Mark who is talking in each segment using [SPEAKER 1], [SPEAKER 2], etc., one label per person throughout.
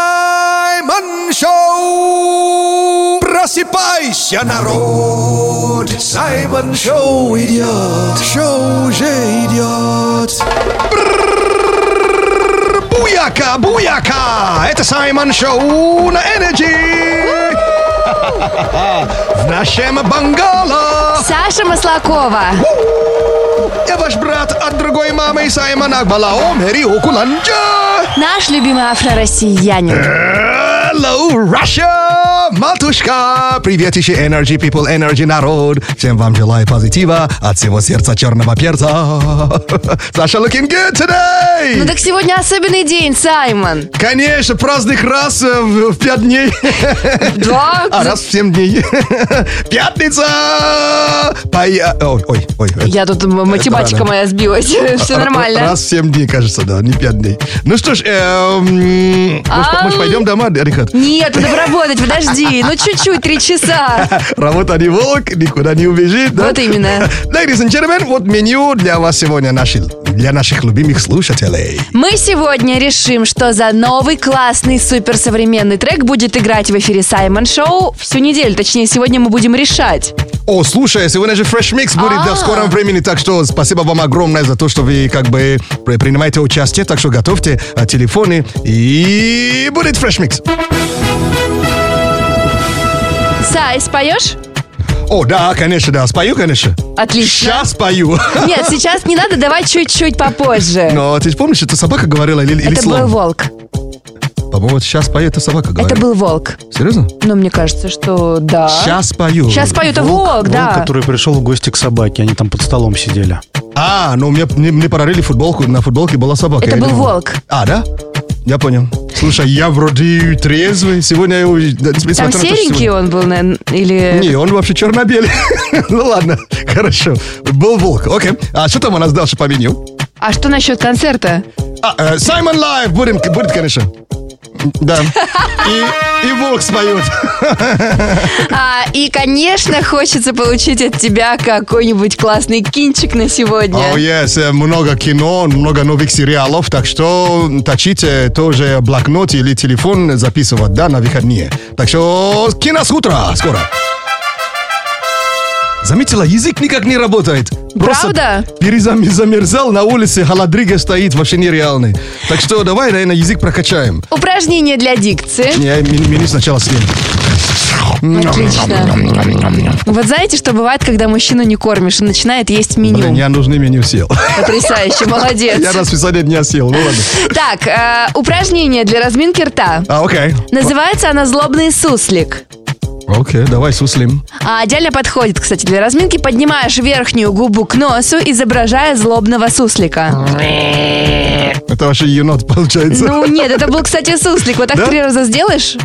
[SPEAKER 1] Саймон Шоу! Просыпайся, народ! Саймон Шоу идет! Шоу уже идет! Брррр, Буяка, буяка! Это Саймон Шоу на Энерджи! В нашем бангало!
[SPEAKER 2] Саша Маслакова.
[SPEAKER 1] Я ваш брат от другой мамы Саймон Акбалао Мэри Окуланджа!
[SPEAKER 2] Наш любимый афро-россиянин.
[SPEAKER 1] Hello, Russia! Матушка! Привет еще Energy People, Energy народ! Всем вам желаю позитива от всего сердца черного перца! Саша looking good today!
[SPEAKER 2] Ну так сегодня особенный день, Саймон.
[SPEAKER 1] Конечно, праздник раз э, в, в пять дней, а
[SPEAKER 2] Да?
[SPEAKER 1] раз в семь дней. Пятница! Поя- Ой, ой, ой.
[SPEAKER 2] Я тут м- математика
[SPEAKER 1] рано.
[SPEAKER 2] моя сбилась. Все нормально.
[SPEAKER 1] Раз в семь дней, кажется, да, не пять дней. Ну что ж, эм, может,
[SPEAKER 2] Ам.
[SPEAKER 1] может, пойдем дома, Рихард?
[SPEAKER 2] Нет, надо работать, подожди. Ну чуть-чуть, три часа.
[SPEAKER 1] Работа не волк, никуда не убежит, да?
[SPEAKER 2] Вот именно.
[SPEAKER 1] Ladies and gentlemen, вот меню для вас сегодня наши, для наших любимых слушателей.
[SPEAKER 2] Мы сегодня решим, что за новый классный суперсовременный трек будет играть в эфире Саймон Шоу всю неделю. Точнее, сегодня мы будем решать.
[SPEAKER 1] О, слушай, сегодня же Fresh Mix будет да, в
[SPEAKER 2] А.
[SPEAKER 1] скором времени, так что спасибо вам огромное за то, что вы как бы при- принимаете участие, так что готовьте а, телефоны и будет Fresh Mix.
[SPEAKER 2] Сай, споешь?
[SPEAKER 1] О, да, конечно, да, спою, конечно.
[SPEAKER 2] Отлично.
[SPEAKER 1] Сейчас спою.
[SPEAKER 2] Нет, сейчас не надо, давай чуть-чуть попозже.
[SPEAKER 1] Но ты же помнишь, это собака говорила или, или
[SPEAKER 2] Это был
[SPEAKER 1] слон?
[SPEAKER 2] волк.
[SPEAKER 1] По-моему, вот сейчас пою, это собака говорила.
[SPEAKER 2] Это был волк.
[SPEAKER 1] Серьезно?
[SPEAKER 2] Ну, мне кажется, что да.
[SPEAKER 1] Сейчас пою.
[SPEAKER 2] Сейчас пою, это волк, да.
[SPEAKER 3] который пришел в гости к собаке. Они там под столом сидели.
[SPEAKER 1] А, ну мне, мне, мне подарили футболку, на футболке была собака.
[SPEAKER 2] Это
[SPEAKER 1] я
[SPEAKER 2] был
[SPEAKER 1] думал.
[SPEAKER 2] волк.
[SPEAKER 1] А, да? Я понял. Слушай, я вроде трезвый, сегодня я его... да, несмотря
[SPEAKER 2] Там
[SPEAKER 1] на то, что
[SPEAKER 2] серенький
[SPEAKER 1] сегодня-
[SPEAKER 2] он был, наверное, или...
[SPEAKER 1] Не, он вообще черно-белый. ну ладно, хорошо. Был волк, окей. А что там у нас дальше по меню?
[SPEAKER 2] А что насчет концерта?
[SPEAKER 1] А, э, Саймон Лайв будем, будет, конечно. Да. И, и волк споет.
[SPEAKER 2] А, и, конечно, хочется получить от тебя какой-нибудь классный кинчик на сегодня.
[SPEAKER 1] О, yes, э, много кино, много новых сериалов, так что точите тоже блокнот или телефон записывать, да, на выходные. Так что кино с утра, скоро. Заметила, язык никак не работает.
[SPEAKER 2] Правда?
[SPEAKER 1] перезамерзал на улице, холодрига стоит, вообще нереальный. Так что давай, наверное, язык прокачаем.
[SPEAKER 2] Упражнение для дикции.
[SPEAKER 1] Я ми- меню сначала съем. Mm,
[SPEAKER 2] Отлично. Вот знаете, что бывает, когда мужчину не кормишь, он начинает есть
[SPEAKER 1] Блин,
[SPEAKER 2] меню.
[SPEAKER 1] я нужный меню съел.
[SPEAKER 2] Потрясающе,
[SPEAKER 1] Я
[SPEAKER 2] молодец.
[SPEAKER 1] расписание дня съел, ну ладно.
[SPEAKER 2] Так, э, упражнение для разминки рта.
[SPEAKER 1] А, окей.
[SPEAKER 2] Называется она «Злобный суслик».
[SPEAKER 1] Окей, давай суслим.
[SPEAKER 2] А идеально подходит, кстати, для разминки. Поднимаешь верхнюю губу к носу, изображая злобного
[SPEAKER 1] А.
[SPEAKER 2] суслика.
[SPEAKER 1] Это вообще енот получается.
[SPEAKER 2] Ну нет, это был, кстати, суслик. Вот так
[SPEAKER 1] Да?
[SPEAKER 2] три раза сделаешь?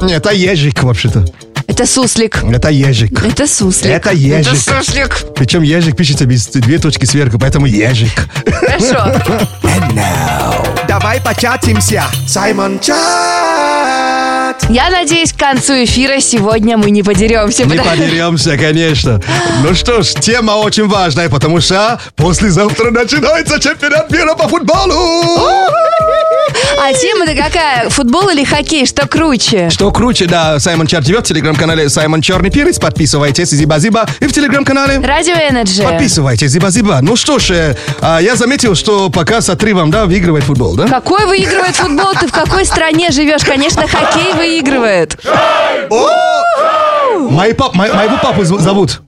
[SPEAKER 1] Не, это ежик вообще-то.
[SPEAKER 2] Это суслик.
[SPEAKER 1] Это ежик.
[SPEAKER 2] Это суслик.
[SPEAKER 1] Это ежик.
[SPEAKER 2] Это суслик.
[SPEAKER 1] Причем ежик пишется без две точки сверху, поэтому ежик.
[SPEAKER 2] Хорошо.
[SPEAKER 1] Давай початимся. Саймон Чат.
[SPEAKER 2] Я надеюсь, к концу эфира сегодня мы не подеремся.
[SPEAKER 1] Не
[SPEAKER 2] потому-
[SPEAKER 1] подеремся, конечно. Ну что ж, тема очень важная, потому что послезавтра начинается чемпионат мира по футболу.
[SPEAKER 2] А тема-то какая? Футбол или хоккей? Что круче?
[SPEAKER 1] Что круче, да, Саймон Чат живет в телеграм-канале Саймон Черный Перец. Подписывайтесь, зиба-зиба. И в телеграм-канале
[SPEAKER 2] Радио Энерджи.
[SPEAKER 1] Подписывайтесь, зиба-зиба. Ну что ж, э, а, я заметил, что пока с отрывом, да, выигрывает футбол, да?
[SPEAKER 2] Какой выигрывает футбол? Ты в какой стране живешь? Конечно, хоккей выигрывает.
[SPEAKER 1] О! Мои пап- мо- моего папу зв- зовут.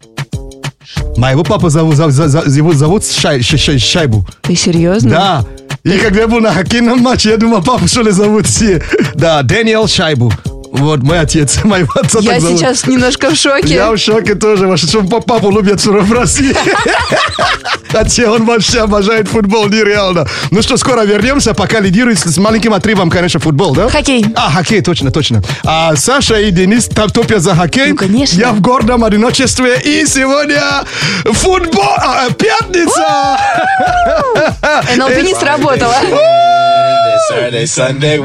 [SPEAKER 1] Моего папу зовут, зов- зов- зов- его зовут Шай- Ш- Ш- Шайбу.
[SPEAKER 2] Ты серьезно?
[SPEAKER 1] Да. И когда я был на хоккейном матче, я думал, папу что ли зовут все. Да, Дэниел Шайбу. Вот мой отец, моего отца
[SPEAKER 2] Я
[SPEAKER 1] так зовут.
[SPEAKER 2] сейчас немножко в шоке.
[SPEAKER 1] Я в шоке тоже, ваше, что па- папу любят всё равно в России. Хотя он вообще обожает футбол, нереально. Ну что, скоро вернемся, пока лидирует с с маленьким отрывом, конечно, футбол, да?
[SPEAKER 2] Хоккей.
[SPEAKER 1] А, хоккей, точно, точно. А Саша и Денис там топят за хоккей.
[SPEAKER 2] Ну, конечно.
[SPEAKER 1] Я в гордом одиночестве, и сегодня футбол, а, э, пятница!
[SPEAKER 2] НЛП не сработало.
[SPEAKER 4] Saturday, Sunday.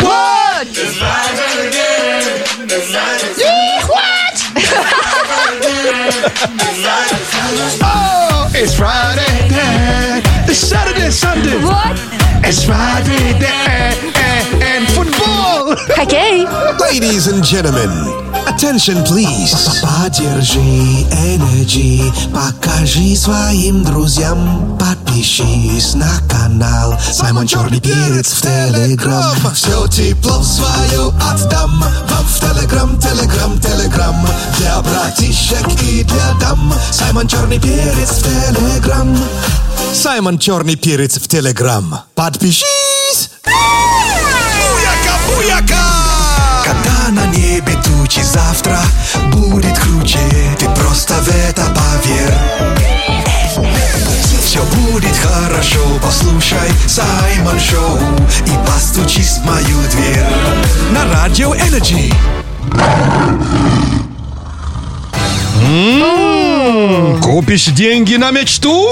[SPEAKER 1] Oh, it's Friday, It's Saturday, Sunday.
[SPEAKER 2] Вот.
[SPEAKER 1] It's Friday, and, and, and football.
[SPEAKER 2] Хоккей!
[SPEAKER 5] Ladies and gentlemen, attention please. Поддержи Energy, покажи своим друзьям, подпишись на канал. Саймон Черный Перец в Телеграм. Все тепло свое отдам вам в Телеграм, Телеграм, Телеграм. Для братишек и для дам. Саймон Черный Перец в Телеграм. Саймон Черный Перец в Телеграм. Подпишись! Буяка, буяка! Когда на небе тучи завтра будет круче, ты просто в это поверь. Все будет хорошо, послушай Саймон Шоу и постучись в мою дверь. На радио Energy.
[SPEAKER 1] Купишь деньги на мечту?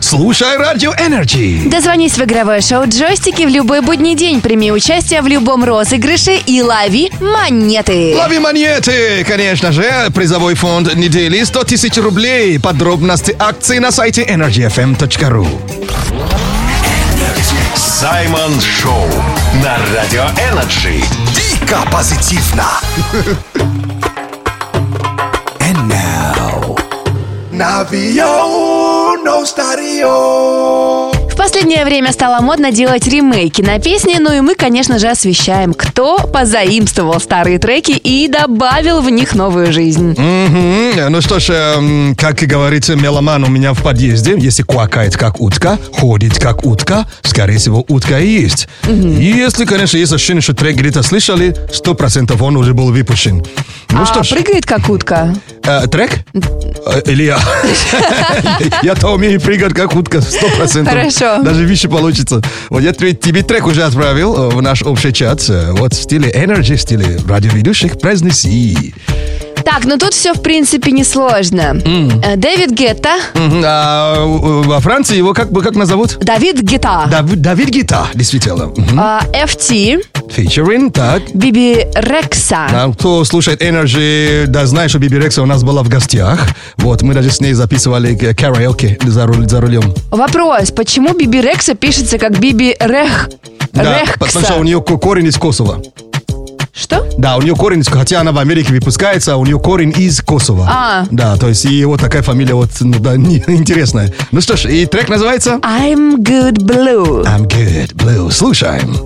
[SPEAKER 1] Слушай радио Energy.
[SPEAKER 2] Дозвонись в игровое шоу «Джойстики» в любой будний день. Прими участие в любом розыгрыше и лови монеты.
[SPEAKER 1] Лови монеты, конечно же. Призовой фонд недели 100 тысяч рублей. Подробности акции на сайте energyfm.ru
[SPEAKER 6] Саймон Шоу на Радио Энерджи.
[SPEAKER 5] Дико позитивно. And now. Navio no stadio.
[SPEAKER 2] В последнее время стало модно делать ремейки на песни, ну и мы, конечно же, освещаем, кто позаимствовал старые треки и добавил в них новую жизнь.
[SPEAKER 1] Мгм. Ну что ж, эм, как и говорится, меломан у меня в подъезде. Если квакает как утка, ходит как утка, скорее всего, утка и есть. И если, конечно, есть ощущение, что трек где-то слышали, 100% он уже был выпущен. Ну
[SPEAKER 2] а
[SPEAKER 1] что ж,
[SPEAKER 2] прыгает как утка.
[SPEAKER 1] э, трек? Э, Или я? Я-то умею прыгать как утка, 100%.
[SPEAKER 2] Хорошо.
[SPEAKER 1] Даже выше получится. Вот я тебе тебе трек уже отправил э, в наш общий чат. Э, Вот в стиле Energy, в стиле радиоведущих, произнеси.
[SPEAKER 2] Так, ну тут все, в принципе, несложно. Э, Дэвид Гетта.
[SPEAKER 1] Мгм. А, у- у- во Франции его как бы как назовут?
[SPEAKER 2] Давид Гетта.
[SPEAKER 1] Давид, Давид Гита, действительно. Мгм.
[SPEAKER 2] а, FT.
[SPEAKER 1] Фичерин, так.
[SPEAKER 2] Биби Рекса.
[SPEAKER 1] А кто слушает Energy, да знаешь, что Биби Рекса у нас была в гостях. Вот, мы даже с ней записывали к- караоке за, руль- за рулем.
[SPEAKER 2] Вопрос, почему Биби Рекса пишется как Биби Рех...
[SPEAKER 1] Да,
[SPEAKER 2] Рехкса?
[SPEAKER 1] потому что у нее ко- корень из Косово.
[SPEAKER 2] Что?
[SPEAKER 1] Да, у нее корень, из- хотя она в Америке выпускается, а у нее корень из Косово.
[SPEAKER 2] А.
[SPEAKER 1] Да, то есть и вот такая фамилия вот, ну да, не- интересная. Ну что ж, и трек называется
[SPEAKER 2] I'm good blue.
[SPEAKER 1] I'm Good Blue. Слушаем.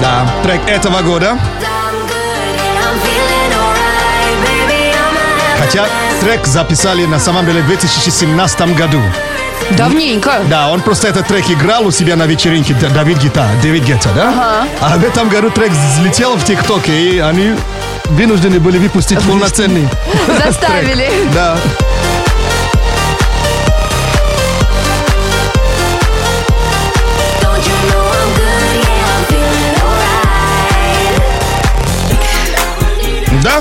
[SPEAKER 1] Да, трек этого года. Хотя трек записали на самом деле в 2017 году.
[SPEAKER 2] Давненько.
[SPEAKER 1] Да, он просто этот трек играл у себя на вечеринке Д- Давид Гита, Дэвид Гетта, да?
[SPEAKER 2] Ага.
[SPEAKER 1] А в этом году трек взлетел в ТикТоке, и они вынуждены были выпустить полноценный.
[SPEAKER 2] Заставили.
[SPEAKER 1] Да. Да?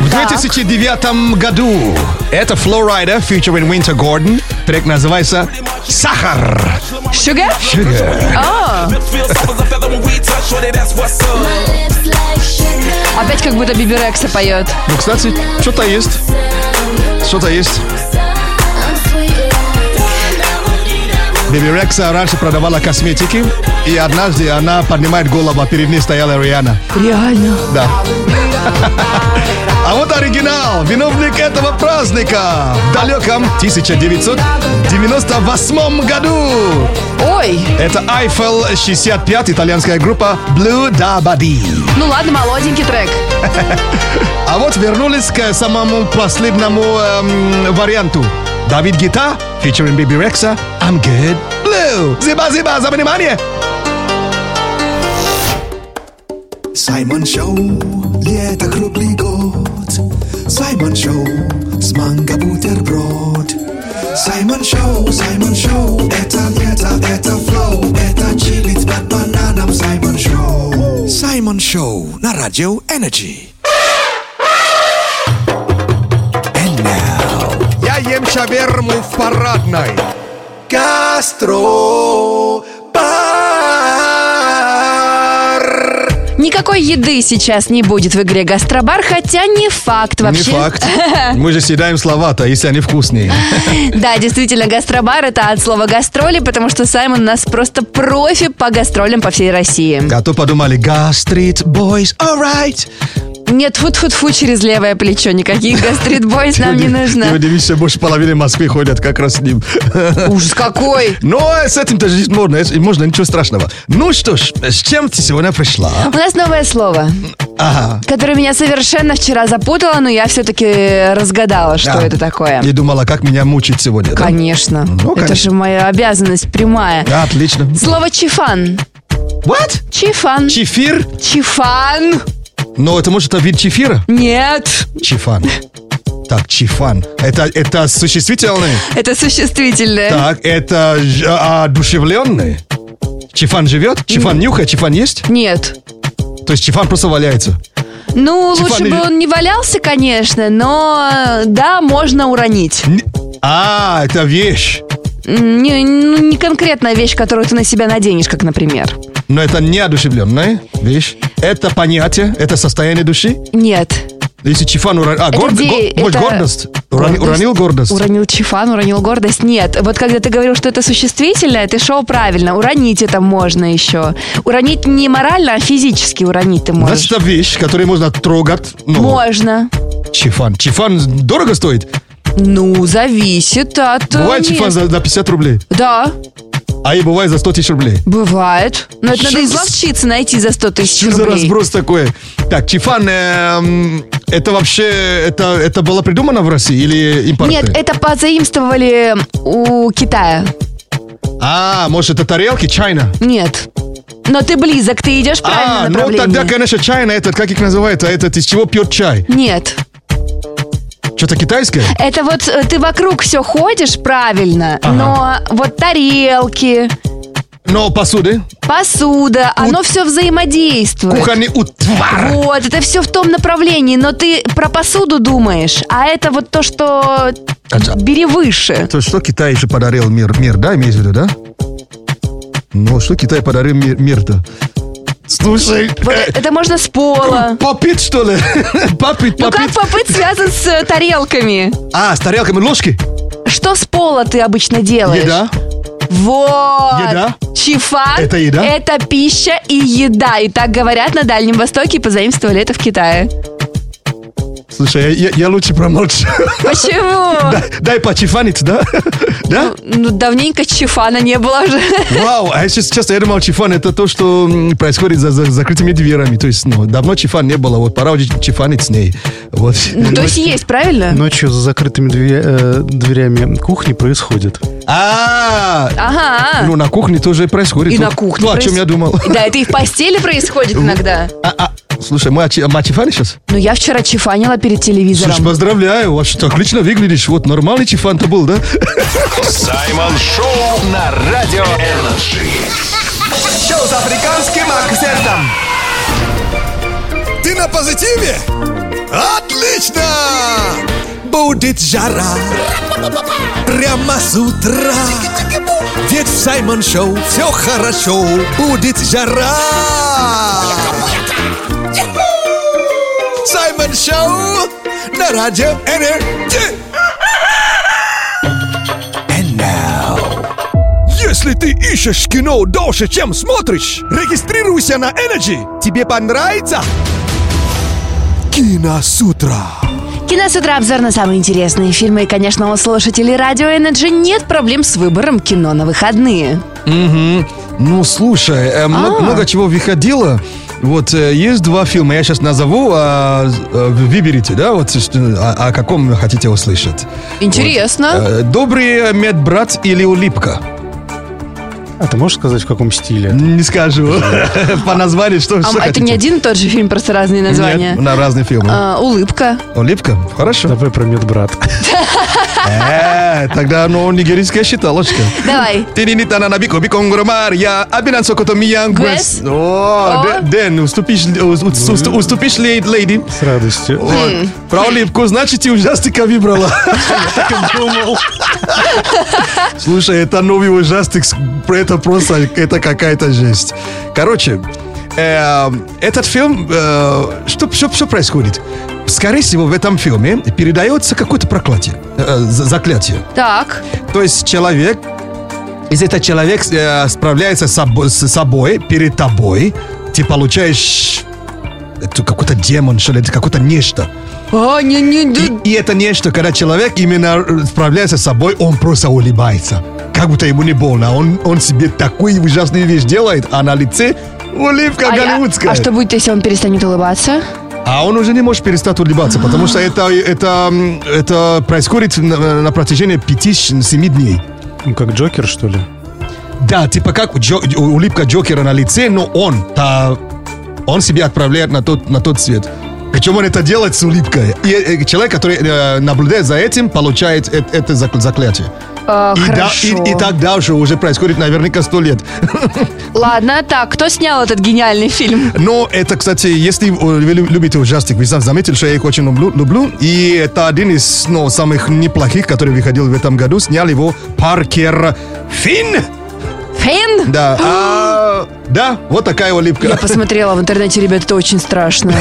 [SPEAKER 1] В
[SPEAKER 2] Так.
[SPEAKER 1] 2009 году это Flowrider featuring Winter Gordon. Трек называется «Сахар».
[SPEAKER 2] Sugar?
[SPEAKER 1] Sugar.
[SPEAKER 2] А, опять как будто Биби Рекса поет.
[SPEAKER 1] Ну, кстати, что-то есть. Что-то есть. Биби Рекса раньше продавала косметики, и однажды она поднимает голову, а перед ней стояла Риана.
[SPEAKER 2] Реально.
[SPEAKER 1] Да. А вот оригинал, виновник этого праздника в далеком 1998 году.
[SPEAKER 2] Ой,
[SPEAKER 1] Это Eiffel 65, итальянская группа Blue Dabadi.
[SPEAKER 2] ну ладно, молоденький трек.
[SPEAKER 1] А вот вернулись к самому последнему эм, варианту. Давид Гита, featuring Baby Рекса, I'm Good Blue. Зиба-зиба за внимание.
[SPEAKER 5] Саймон Шоу, лето круглый год. Саймон Шоу, с манго бутерброд. Саймон Шоу, Саймон Шоу, это лето, это флоу, это чилит под бананом. Саймон Шоу. Саймон Шоу на радио Energy. And now,
[SPEAKER 1] Я ем шаверму в парадной.
[SPEAKER 5] Гастро. Бар.
[SPEAKER 2] Не Никакой еды сейчас не будет в игре «Гастробар», хотя не факт вообще.
[SPEAKER 1] Не факт. Мы же съедаем слова-то, если они вкусные.
[SPEAKER 2] Да, действительно, «Гастробар» — это от слова «гастроли», потому что Саймон у нас просто профи по гастролям по всей России.
[SPEAKER 1] А то подумали, гастрит, boys, alright.
[SPEAKER 2] Нет, фу фу фу через левое плечо. Никаких гастрит-бойс нам не нужно.
[SPEAKER 1] Ты удивишься, больше половины Москвы ходят как раз с ним.
[SPEAKER 2] Ужас какой!
[SPEAKER 1] Но с этим-то жить можно, э, можно, ничего страшного. Ну что ж, с чем ты сегодня пришла?
[SPEAKER 2] У нас новое слово,
[SPEAKER 1] Ага.
[SPEAKER 2] которое меня совершенно вчера запутало, но я все-таки разгадала, что
[SPEAKER 1] А,
[SPEAKER 2] это такое.
[SPEAKER 1] Не думала, как меня мучить сегодня. да?
[SPEAKER 2] Конечно.
[SPEAKER 1] Ну,
[SPEAKER 2] Это
[SPEAKER 1] конечно.
[SPEAKER 2] же моя обязанность прямая.
[SPEAKER 1] Да, Отлично.
[SPEAKER 2] Слово чифан.
[SPEAKER 1] What?
[SPEAKER 2] Чифан.
[SPEAKER 1] Чефир?
[SPEAKER 2] Чифан.
[SPEAKER 1] Но Ну, это может это вид чефира?
[SPEAKER 2] Нет.
[SPEAKER 1] Чифан. Так, чифан. Это, это существительный?
[SPEAKER 2] Это существительное.
[SPEAKER 1] Так, это ж- а, одушевленный? Чифан живет? Чифан нюхает? Чифан есть?
[SPEAKER 2] Нет.
[SPEAKER 1] То есть чифан просто валяется?
[SPEAKER 2] Ну,
[SPEAKER 1] Чифан
[SPEAKER 2] лучше
[SPEAKER 1] или-
[SPEAKER 2] бы он не валялся, конечно, но э, да, можно уронить.
[SPEAKER 1] Н- А, это вещь.
[SPEAKER 2] М, Не, ну, не конкретная вещь, которую ты на себя наденешь, как, например.
[SPEAKER 1] Но это не одушевленная вещь. Это понятие, это состояние души.
[SPEAKER 2] Нет.
[SPEAKER 1] Если чифан уронил... А, горд-
[SPEAKER 2] де-
[SPEAKER 1] го- может,
[SPEAKER 2] это-
[SPEAKER 1] гордость. Урони- Уронил гордость.
[SPEAKER 2] Уронил чифан, уронил гордость. Нет, вот когда ты говорил, что это существительное, ты шел правильно. Уронить это можно еще. Уронить не морально, а физически уронить ты можешь.
[SPEAKER 1] Значит, это вещь, которую можно трогать. Ну,
[SPEAKER 2] Можно.
[SPEAKER 1] Чифан. Чифан дорого стоит.
[SPEAKER 2] Ну, зависит от... э,
[SPEAKER 1] Бывает
[SPEAKER 2] мест.
[SPEAKER 1] чифан за, за 50 рублей,
[SPEAKER 2] Да,
[SPEAKER 1] а и бывает за 100 тысяч рублей.
[SPEAKER 2] бывает. Но это
[SPEAKER 1] Чё
[SPEAKER 2] надо
[SPEAKER 1] за-
[SPEAKER 2] изловчиться найти за 100 тысяч
[SPEAKER 1] Что за
[SPEAKER 2] рублей.
[SPEAKER 1] разброс такой? Так, чифан, эм, это вообще, это, это было придумано в России или импорт?
[SPEAKER 2] Нет, это позаимствовали у Китая.
[SPEAKER 1] А, может, это тарелки Чайна?
[SPEAKER 2] Нет. Но ты близок, ты идешь
[SPEAKER 1] А,
[SPEAKER 2] правильно
[SPEAKER 1] ну
[SPEAKER 2] направлении.
[SPEAKER 1] тогда, конечно, Чайна этот, как их называют, а этот, из чего пьет чай?
[SPEAKER 2] Нет.
[SPEAKER 1] Что-то китайское?
[SPEAKER 2] Это вот э, ты вокруг все ходишь правильно, но вот тарелки,
[SPEAKER 1] Но посуды?
[SPEAKER 2] посуда, оно все взаимодействует.
[SPEAKER 1] Кухонный утвар!
[SPEAKER 2] Вот, это все в том направлении, но ты про посуду думаешь, а это вот то, что
[SPEAKER 1] Кача.
[SPEAKER 2] бери выше.
[SPEAKER 1] То, что Китай еще подарил мир, мир, да, имеешь в виду, да? Ну, что Китай подарил мир, мир-то? Слушай,
[SPEAKER 2] Вот
[SPEAKER 1] э,
[SPEAKER 2] это можно с пола.
[SPEAKER 1] попить, что ли? Попить,
[SPEAKER 2] Ну как
[SPEAKER 1] попить.
[SPEAKER 2] попыт связан с э, тарелками?
[SPEAKER 1] А, с тарелками ложки?
[SPEAKER 2] Что с пола ты обычно делаешь?
[SPEAKER 1] Еда?
[SPEAKER 2] Вот.
[SPEAKER 1] Еда?
[SPEAKER 2] Чифан.
[SPEAKER 1] Это еда?
[SPEAKER 2] Это пища и еда. И так говорят на Дальнем Востоке и позаимствовали это в Китае.
[SPEAKER 1] Слушай, я, я- я лучше промолчу.
[SPEAKER 2] Почему?
[SPEAKER 1] Дай почифанить, да? Да?
[SPEAKER 2] Ну, давненько чифана не было уже.
[SPEAKER 1] Вау, а сейчас, честно, я думал, чифан это то, что м, происходит за, за закрытыми дверями. То есть, ну, давно чифан не было, вот пора уже чифанить с ней. Вот.
[SPEAKER 2] Ну, то есть есть, правильно?
[SPEAKER 1] Ну,
[SPEAKER 3] Ночью за закрытыми две- э, дверями кухни происходит.
[SPEAKER 1] А,
[SPEAKER 2] Ага.
[SPEAKER 1] ну, на кухне тоже происходит.
[SPEAKER 2] И
[SPEAKER 1] Вот
[SPEAKER 2] на кухне.
[SPEAKER 1] То, о чем
[SPEAKER 2] проис-
[SPEAKER 1] я думал.
[SPEAKER 2] Да, это и в постели происходит иногда.
[SPEAKER 1] А, а, слушай, мы о, чи- мы о чифане сейчас?
[SPEAKER 2] Ну, я вчера чифанила перед телевизором.
[SPEAKER 1] Слушай, поздравляю, вообще так отлично выглядишь. Вот нормальный чифан-то был, да?
[SPEAKER 6] Саймон Шоу на Радио Энерджи.
[SPEAKER 7] Шоу с африканским акцентом.
[SPEAKER 5] Ты на позитиве? Отлично!
[SPEAKER 7] Будет жара прямо с утра. Ведь в Саймон Шоу все хорошо. Будет жара. Саймон Шоу на радио Энерджи. And now.
[SPEAKER 1] Если ты ищешь кино дольше, чем смотришь, регистрируйся на Energy. Тебе понравится?
[SPEAKER 7] Кино с утра.
[SPEAKER 2] Кино с утра обзор на самые интересные фильмы. И, конечно, у слушателей Радио Energy нет проблем с выбором кино на выходные.
[SPEAKER 1] Ну, слушай, э, мно- много,
[SPEAKER 2] А.
[SPEAKER 1] чего выходило. Вот э, есть два фильма, я сейчас назову, а, э, выберите, да, вот э, что- а, о, о каком вы хотите услышать.
[SPEAKER 2] Интересно.
[SPEAKER 1] Э, Добрый медбрат или улипка?
[SPEAKER 3] А ты можешь сказать, в каком стиле?
[SPEAKER 1] Не скажу. По названию что,
[SPEAKER 2] А
[SPEAKER 1] что
[SPEAKER 2] это не
[SPEAKER 1] хотите?
[SPEAKER 2] один и тот же фильм, просто разные названия.
[SPEAKER 1] Нет, на разные фильмы.
[SPEAKER 2] А, улыбка.
[SPEAKER 1] Улипка? Хорошо.
[SPEAKER 3] Давай про медбрат.
[SPEAKER 1] Э, Тогда, ну, нигерийская считалочка.
[SPEAKER 2] Давай.
[SPEAKER 1] Тиринитана на бико, бико нгромар, я абинан сокото миян
[SPEAKER 2] Гвес.
[SPEAKER 1] гвес. О,
[SPEAKER 2] О.
[SPEAKER 1] Дэ- Дэн, уступишь, э, уст- уст- уступишь лей- лейди.
[SPEAKER 3] С радостью.
[SPEAKER 1] Вот. Про улыбку, значит, ты ужастика выбрала. Слушай, это новый ужастик, с- это просто, это какая-то жесть. Короче, эм, этот фильм, э, что, все, происходит? Скорее всего, в этом фильме передается какое-то проклятие, э, за- заклятие.
[SPEAKER 2] Так,
[SPEAKER 1] То есть человек, если этот человек э, справляется с собой, с собой перед тобой, ты получаешь это какой-то демон, что ли, это какое-то нечто.
[SPEAKER 2] а, не, не,
[SPEAKER 1] И,
[SPEAKER 2] да-
[SPEAKER 1] и это нечто, когда человек именно э, справляется с собой, он просто улыбается. Как будто ему не больно. Он, он себе такую ужасную вещь делает, а на лице улыбка
[SPEAKER 2] А я-
[SPEAKER 1] голливудская.
[SPEAKER 2] а что будет, если он перестанет улыбаться?
[SPEAKER 1] А он уже не может перестать улыбаться, потому что это, это, м, это происходит на, на протяжении 5-7 дней.
[SPEAKER 3] Ну, как Джокер, что ли?
[SPEAKER 1] Да, типа как у Джо- у- улыбка Джокера на лице, но он, та- он себя отправляет на тот, на тот свет. Причем он это делает с улыбкой. И э, человек, который э, наблюдает за этим, получает э- это закл- заклятие.
[SPEAKER 2] А,
[SPEAKER 1] и, да-
[SPEAKER 2] хорошо.
[SPEAKER 1] и, и так дальше уже происходит наверняка сто лет.
[SPEAKER 2] Ладно, так, кто снял этот гениальный фильм?
[SPEAKER 1] Но это, кстати, если вы лю- любите ужастик, вы сам заметил, что я их очень люблю. люблю. И это один из ну, самых неплохих, который выходил в этом году. Снял его Паркер Финн.
[SPEAKER 2] Фэн?
[SPEAKER 1] Да, а, да, вот такая улыбка.
[SPEAKER 2] Я посмотрела в интернете, ребят, это очень страшно.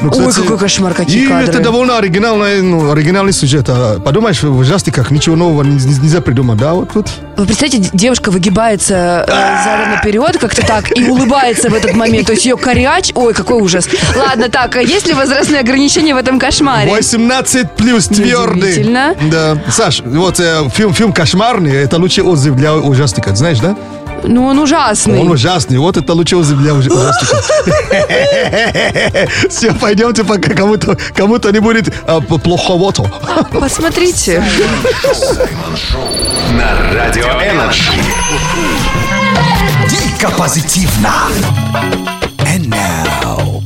[SPEAKER 1] Ну, кстати,
[SPEAKER 2] Ой, какой кошмар, какие
[SPEAKER 1] и
[SPEAKER 2] кадры.
[SPEAKER 1] это довольно оригинальный, ну, оригинальный сюжет. А Подумаешь, в ужастиках ничего нового не- не- нельзя придумать, да? Вот, вот.
[SPEAKER 2] Вы представляете, девушка выгибается э, задом наперед как-то так и улыбается в этот момент. То есть ее коряч... Ой, какой ужас. Ладно, так, а есть ли возрастные ограничения в этом кошмаре?
[SPEAKER 1] 18 плюс твердый.
[SPEAKER 2] Удивительно.
[SPEAKER 1] Да. Саш, вот э, фильм, фильм кошмарный, это лучший отзыв для ужастика, знаешь, да?
[SPEAKER 2] Ну, он ужасный.
[SPEAKER 1] Он ужасный, вот это лучший отзыв для уж- ужастика. Все, пойдемте, пока кому-то кому-то не будет а, п- плоховото.
[SPEAKER 2] Посмотрите.
[SPEAKER 6] На радио Энерджи.
[SPEAKER 7] Дико позитивно. And now.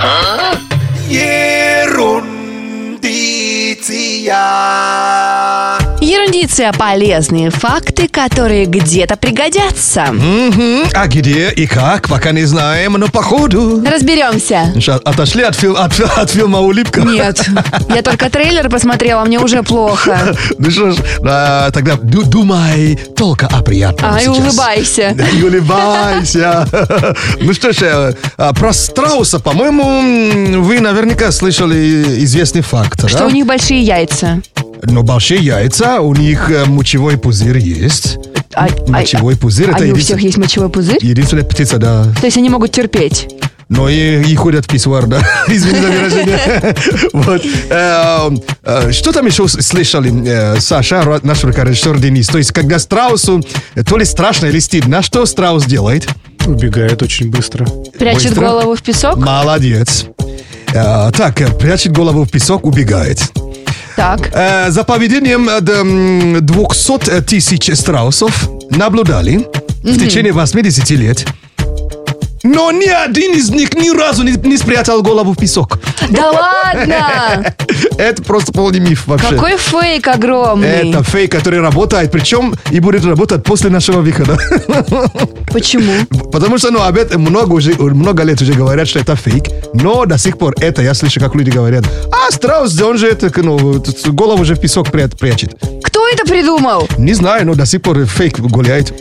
[SPEAKER 7] Ерундиция.
[SPEAKER 2] Ерундиция. Полезные факты, которые где-то пригодятся.
[SPEAKER 1] Мгм. А где и как, пока не знаем, но походу.
[SPEAKER 2] Разберемся.
[SPEAKER 1] Щас Отошли от, фил- от, фи- от фильма «Улыбка».
[SPEAKER 2] Нет, я только трейлер посмотрела, мне уже плохо.
[SPEAKER 1] Ну что ж, а, тогда ду- думай только о приятном
[SPEAKER 2] Ай,
[SPEAKER 1] сейчас.
[SPEAKER 2] улыбайся.
[SPEAKER 1] Да, И улыбайся. Ну что ж, э, а, про Страуса, по-моему, м, вы наверняка слышали известный факт. да?
[SPEAKER 2] Что у них большие яйца.
[SPEAKER 1] Но большие яйца, у них э, мочевой пузырь есть.
[SPEAKER 2] А- а-
[SPEAKER 1] мочевой пузырь, это
[SPEAKER 2] Они у
[SPEAKER 1] единствен-
[SPEAKER 2] всех есть мочевой пузырь?
[SPEAKER 1] единственная птица, да.
[SPEAKER 2] То есть они могут терпеть.
[SPEAKER 1] Но и, и ходят в писсуар, да. Извини за выражение. Вот. Эм, э, Что там еще с- слышали, э, Саша, ра- наш режиссер Денис? То есть, когда страусу э, то ли страшно или стыдно, что страус делает?
[SPEAKER 3] Убегает очень быстро.
[SPEAKER 2] Прячет
[SPEAKER 1] Быстро.
[SPEAKER 2] голову в песок.
[SPEAKER 1] Молодец. Э, Так, э, прячет голову в песок, убегает.
[SPEAKER 2] Так.
[SPEAKER 1] Э, За поведением э, д- м, 200 тысяч страусов наблюдали в течение 80 лет. Но ни один из них ни разу не, не спрятал голову в песок.
[SPEAKER 2] Да ладно!
[SPEAKER 1] Это просто полный миф вообще.
[SPEAKER 2] Какой фейк огромный.
[SPEAKER 1] Это фейк, который работает, причем и будет работать после нашего выхода.
[SPEAKER 2] Почему?
[SPEAKER 1] Потому что, ну, об этом много, уже, много лет уже говорят, что это фейк. Но до сих пор это, я слышу, как люди говорят, а страус, да он же это, ну, тут голову уже в песок пря- прячет.
[SPEAKER 2] Кто это придумал?
[SPEAKER 1] Не знаю, но до сих пор фейк гуляет.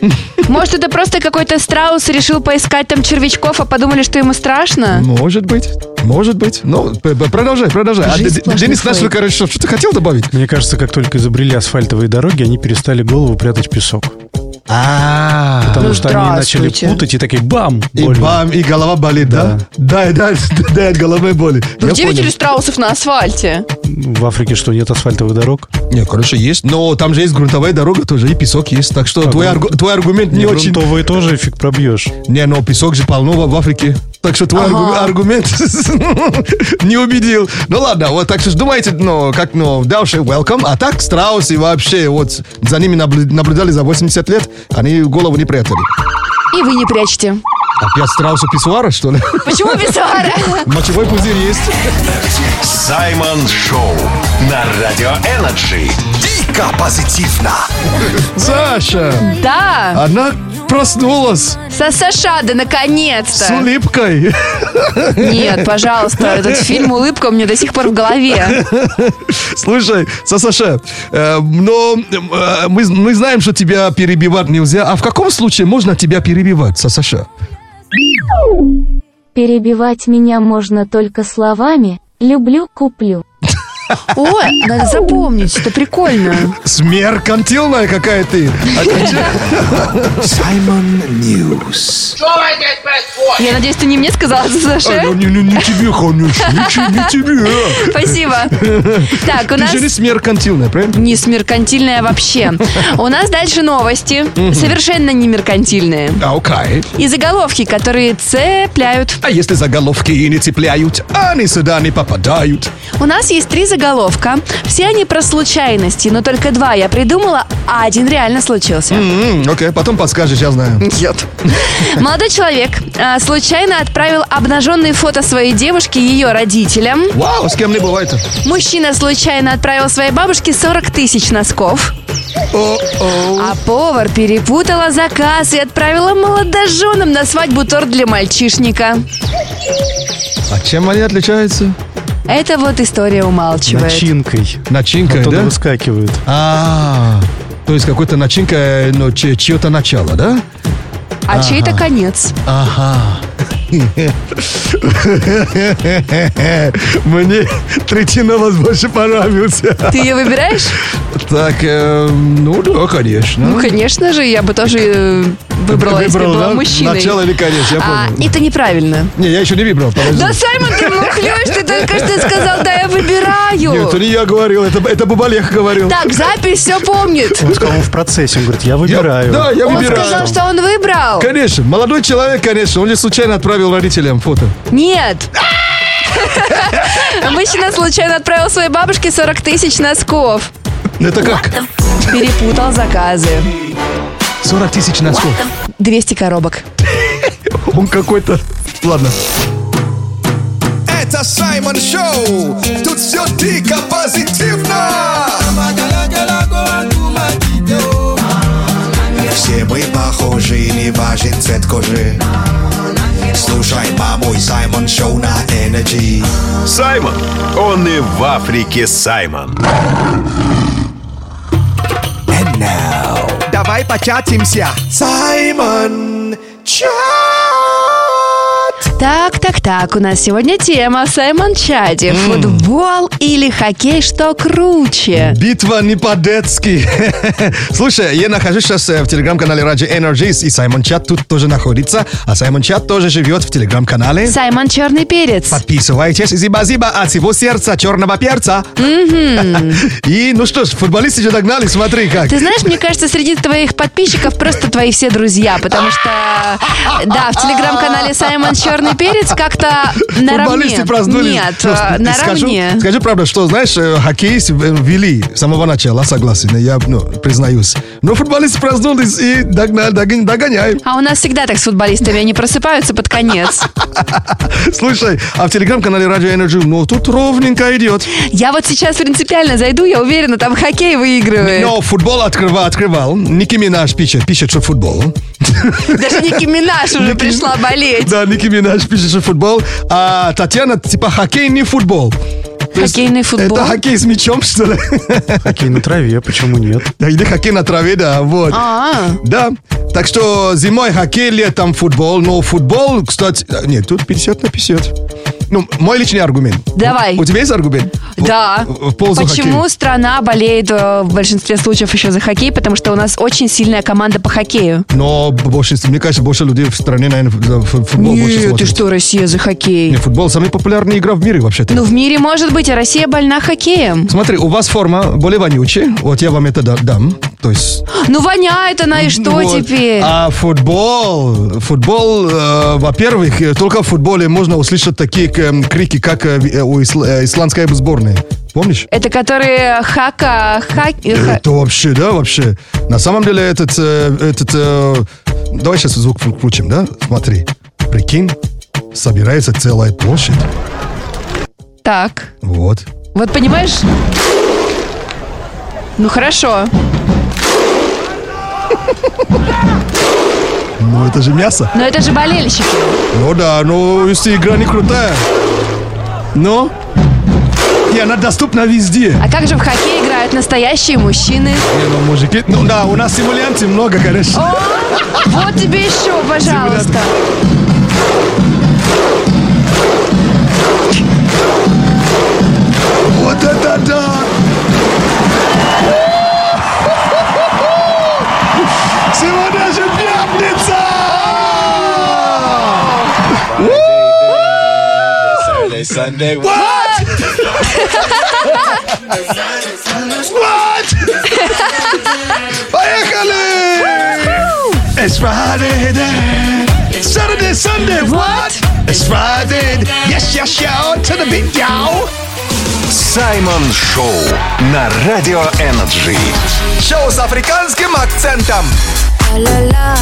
[SPEAKER 2] Может, это просто какой-то страус решил поискать там червячков, а подумали, что ему страшно?
[SPEAKER 1] Может быть, может быть. Ну, п- п- продолжай, продолжай. А,
[SPEAKER 2] Жизнь
[SPEAKER 1] Д- Д-
[SPEAKER 2] сплошной
[SPEAKER 1] Денис, наш
[SPEAKER 2] фейк.
[SPEAKER 1] короче, что ты хотел добавить?
[SPEAKER 3] Мне кажется, как только изобрели асфальтовые дороги, они перестали голову прятать в песок.
[SPEAKER 1] А,
[SPEAKER 3] Потому
[SPEAKER 2] Ну,
[SPEAKER 3] что они начали
[SPEAKER 2] здравствуйте.
[SPEAKER 3] путать и такие бам!
[SPEAKER 1] и
[SPEAKER 3] больно.
[SPEAKER 1] бам, и голова болит, да? Да, и да, да, от головной боли.
[SPEAKER 2] Вы
[SPEAKER 1] Я
[SPEAKER 2] где видели
[SPEAKER 1] понял.
[SPEAKER 2] страусов на асфальте?
[SPEAKER 3] В Африке что, нет асфальтовых дорог?
[SPEAKER 1] Не, конечно, есть, но там же есть грунтовая дорога тоже, и песок есть, так что твой,
[SPEAKER 3] грунт-
[SPEAKER 1] аргу- твой аргумент не очень...
[SPEAKER 3] Грунтовые тоже фиг пробьешь.
[SPEAKER 1] Не, но песок же полно в- в Африке. Так что твой аргу- аргумент не убедил. Ну ладно, вот так что ж думаете, ну, как, ну, дальше welcome. А так страусы вообще, вот, за ними наблю- наблюдали за 80 лет, они голову не прятали.
[SPEAKER 2] И вы не прячете.
[SPEAKER 1] Опять страусы писсуара, что ли?
[SPEAKER 2] Почему писара?
[SPEAKER 1] Мочевой пузырь есть.
[SPEAKER 6] Саймон Шоу. На радио Энерджи.
[SPEAKER 7] Дико позитивно.
[SPEAKER 1] Саша,
[SPEAKER 2] Да,
[SPEAKER 1] она проснулась
[SPEAKER 2] со Сашады,
[SPEAKER 1] с
[SPEAKER 2] наконец-то.
[SPEAKER 1] улыбкой.
[SPEAKER 2] Нет, пожалуйста, этот фильм «Улыбка» у меня до сих пор в голове.
[SPEAKER 1] Слушай, Са- Саша, э, но э, мы, мы знаем, что тебя перебивать нельзя. А в каком случае можно тебя перебивать, Са- Саша?
[SPEAKER 8] Перебивать меня можно только словами «люблю, куплю».
[SPEAKER 2] О, надо запомнить, это прикольно.
[SPEAKER 1] Смеркантилная какая ты.
[SPEAKER 5] Саймон Ньюс.
[SPEAKER 2] Я надеюсь, ты не мне сказала, Саша?
[SPEAKER 1] А, ну, не, не- не тебе, конечно, ничего не тебе.
[SPEAKER 2] Спасибо. Так, у
[SPEAKER 1] Ты
[SPEAKER 2] нас...
[SPEAKER 1] же не смеркантилная, правильно?
[SPEAKER 2] Не смеркантильная вообще. У нас дальше новости. Совершенно не меркантильные.
[SPEAKER 1] А, Окей.
[SPEAKER 2] И заголовки, которые цепляют.
[SPEAKER 1] А если заголовки и не цепляют, они сюда не попадают.
[SPEAKER 2] У нас есть три заголовка. Все они про случайности, но только два я придумала, а один реально случился.
[SPEAKER 1] М, Окей, потом подскажешь, я знаю.
[SPEAKER 2] Нет. Молодой человек а, случайно отправил обнаженные фото своей девушки ее родителям.
[SPEAKER 1] Вау, с кем не бывает.
[SPEAKER 2] Мужчина случайно отправил своей бабушке 40 тысяч носков. А повар перепутала заказ и отправила молодоженам на свадьбу торт для мальчишника.
[SPEAKER 1] А чем они отличаются?
[SPEAKER 2] Это вот история умалчивает.
[SPEAKER 3] Начинкой.
[SPEAKER 1] Начинкой,
[SPEAKER 3] Оттуда
[SPEAKER 1] да?
[SPEAKER 3] выскакивает.
[SPEAKER 1] А, то есть какой-то начинка, но чье-то начало, да?
[SPEAKER 2] А чей-то конец.
[SPEAKER 1] Ага. Мне третина вас больше понравился.
[SPEAKER 2] Ты ее выбираешь?
[SPEAKER 1] Так, эм, ну да,
[SPEAKER 2] Ну,
[SPEAKER 1] конечно.
[SPEAKER 2] конечно же, я бы тоже э, выбрала, если бы
[SPEAKER 1] Выбрал,
[SPEAKER 2] была
[SPEAKER 1] да?
[SPEAKER 2] мужчиной.
[SPEAKER 1] Начало или конец, я
[SPEAKER 2] А,
[SPEAKER 1] понял.
[SPEAKER 2] это неправильно.
[SPEAKER 1] Не, я еще не выбрал, подожди.
[SPEAKER 2] Да, Саймон, ты мухлёшь, ты только что сказал, да, я выбираю.
[SPEAKER 1] Нет, это не я говорил, это, это Бабалех говорил.
[SPEAKER 2] Так, запись все помнит.
[SPEAKER 3] Он сказал, он в процессе. Он говорит, я
[SPEAKER 1] Я-
[SPEAKER 3] выбираю.
[SPEAKER 1] да, я
[SPEAKER 2] Он
[SPEAKER 1] выбираю.
[SPEAKER 2] сказал, что он выбрал.
[SPEAKER 1] Конечно, молодой человек, конечно, он не случайно отправил родителям фото.
[SPEAKER 2] Нет. Мужчина случайно отправил своей бабушке 40 тысяч носков.
[SPEAKER 1] Ну, Это как?
[SPEAKER 2] Перепутал заказы.
[SPEAKER 1] 40 тысяч носков.
[SPEAKER 2] 200 коробок.
[SPEAKER 1] Он какой-то... Ладно.
[SPEAKER 7] Это Саймон Шоу. Тут все дико позитивно. Все мы похожи, не важен цвет кожи. Слушай, мамой Саймон Шоу на Energy.
[SPEAKER 6] Саймон. Он и в Африке Саймон.
[SPEAKER 7] And now. Давай початимся. Саймон Чат.
[SPEAKER 2] Так, так, так, у нас сегодня тема в Саймон Чаде. Футбол или хоккей, что круче?
[SPEAKER 1] Битва не по-детски. Слушай, я нахожусь сейчас э, в телеграм-канале Раджи Energies, и Саймон Чат тут тоже находится, а Саймон Чат тоже живет в телеграм-канале.
[SPEAKER 2] Саймон Черный Перец.
[SPEAKER 1] Подписывайтесь, зиба-зиба от всего сердца черного перца. И ну что ж, футболисты же догнали, смотри как.
[SPEAKER 2] Ты знаешь, мне кажется, среди твоих подписчиков просто твои все друзья, потому что, да, в телеграм-канале Саймон Черный Перец как-то наравне.
[SPEAKER 1] Футболисты прознулись.
[SPEAKER 2] Нет,
[SPEAKER 1] Слушай,
[SPEAKER 2] э,
[SPEAKER 1] ты
[SPEAKER 2] наравне.
[SPEAKER 1] Скажу, скажи правду, что, знаешь, э, хоккей с- э, вели с самого начала, согласен, я ну, признаюсь. Но футболисты прознулись и догнали, догон- догоняют.
[SPEAKER 2] А у нас всегда так с футболистами, они просыпаются под конец.
[SPEAKER 1] Слушай, а в телеграм-канале Радио Energy, ну, тут ровненько идет.
[SPEAKER 2] Я вот сейчас принципиально зайду, я уверена, там хоккей выигрывает.
[SPEAKER 1] Но футбол открывал, открывал. Ники Минаж пишет, пишет, что футбол.
[SPEAKER 2] Даже Ники Минаж уже пришла болеть.
[SPEAKER 1] Да, Ники Минаж пишет, что футбол. А Татьяна, типа, хоккей не футбол. То есть
[SPEAKER 2] Хоккейный футбол.
[SPEAKER 1] Это хоккей с мячом, что ли?
[SPEAKER 3] Хоккей на траве, почему нет?
[SPEAKER 1] Да, Или хоккей на траве, да, вот.
[SPEAKER 2] А,
[SPEAKER 1] Да. Так что зимой хоккей, летом футбол. Но футбол, кстати... э, Нет, тут 50 на 50. Ну, мой личный аргумент.
[SPEAKER 2] Давай.
[SPEAKER 1] У тебя есть аргумент?
[SPEAKER 2] да.
[SPEAKER 1] В, в пользу
[SPEAKER 2] Почему
[SPEAKER 1] хоккея.
[SPEAKER 2] страна болеет э, в большинстве случаев еще за хоккей? Потому что у нас очень сильная команда по хоккею.
[SPEAKER 1] Но большинство, мне кажется, больше людей в стране, наверное, за фу- футбол больше
[SPEAKER 2] Нет, ты
[SPEAKER 1] смотрят.
[SPEAKER 2] что, Россия за
[SPEAKER 1] Не,
[SPEAKER 2] хоккей?
[SPEAKER 1] футбол самая популярная игра в мире вообще-то.
[SPEAKER 2] Ну, в мире может быть, а Россия больна хоккеем.
[SPEAKER 1] Смотри, у вас форма более вонючая. Вот я вам это да- дам. То есть...
[SPEAKER 2] Ну, воняет она, и что
[SPEAKER 1] вот.
[SPEAKER 2] теперь?
[SPEAKER 1] А футбол, футбол, э, во-первых, э, только в футболе можно услышать такие э, крики, как э, в- э, у исл- э, исландской сборной. Помнишь?
[SPEAKER 2] Это которые хака... хак- э, ха-
[SPEAKER 1] Это вообще, да, вообще. На самом деле этот, э, этот, э, давай сейчас звук вк- включим, да? Смотри, прикинь, собирается целая площадь.
[SPEAKER 2] Так.
[SPEAKER 1] Вот.
[SPEAKER 2] Вот понимаешь? Ну хорошо.
[SPEAKER 1] Ну это же мясо.
[SPEAKER 2] Но это же болельщики.
[SPEAKER 1] Ну да, ну если игра не крутая. Но Ну? и она доступна везде.
[SPEAKER 2] А как же в хоккей играют настоящие мужчины?
[SPEAKER 1] Не, ну, мужики, ну да, у нас симулянтов много, конечно.
[SPEAKER 2] Вот тебе еще, пожалуйста.
[SPEAKER 4] Sunday.
[SPEAKER 1] Поехали! It's Friday then. Saturday, Sunday, what? It's Friday. Yes, yes, yo, to the beat, yo.
[SPEAKER 6] Саймон Шоу на Радио Энерджи.
[SPEAKER 7] Шоу с африканским акцентом.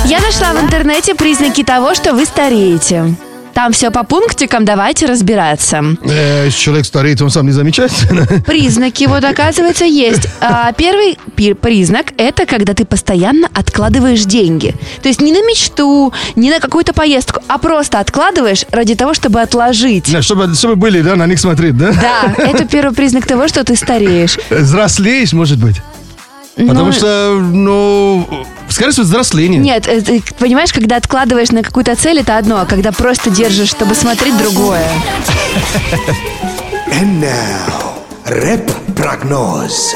[SPEAKER 2] Я нашла в интернете признаки того, что вы стареете. Там все по пунктикам, давайте разбираться.
[SPEAKER 1] Э, человек стареет, он сам не замечает.
[SPEAKER 2] Признаки вот, оказывается, есть. А, первый пи- признак – это когда ты постоянно откладываешь деньги. То есть не на мечту, не на какую-то поездку, а просто откладываешь ради того, чтобы отложить.
[SPEAKER 1] чтобы, чтобы были, да, на них смотреть, да?
[SPEAKER 2] Да, это первый признак того, что ты стареешь.
[SPEAKER 1] Взрослеешь, может быть. Потому
[SPEAKER 2] Ну,
[SPEAKER 1] что, ну, скорее всего, взросление.
[SPEAKER 2] Нет, э, ты понимаешь, когда откладываешь на какую-то цель, это одно, а когда просто держишь, чтобы смотреть, другое.
[SPEAKER 7] And now, рэп прогноз.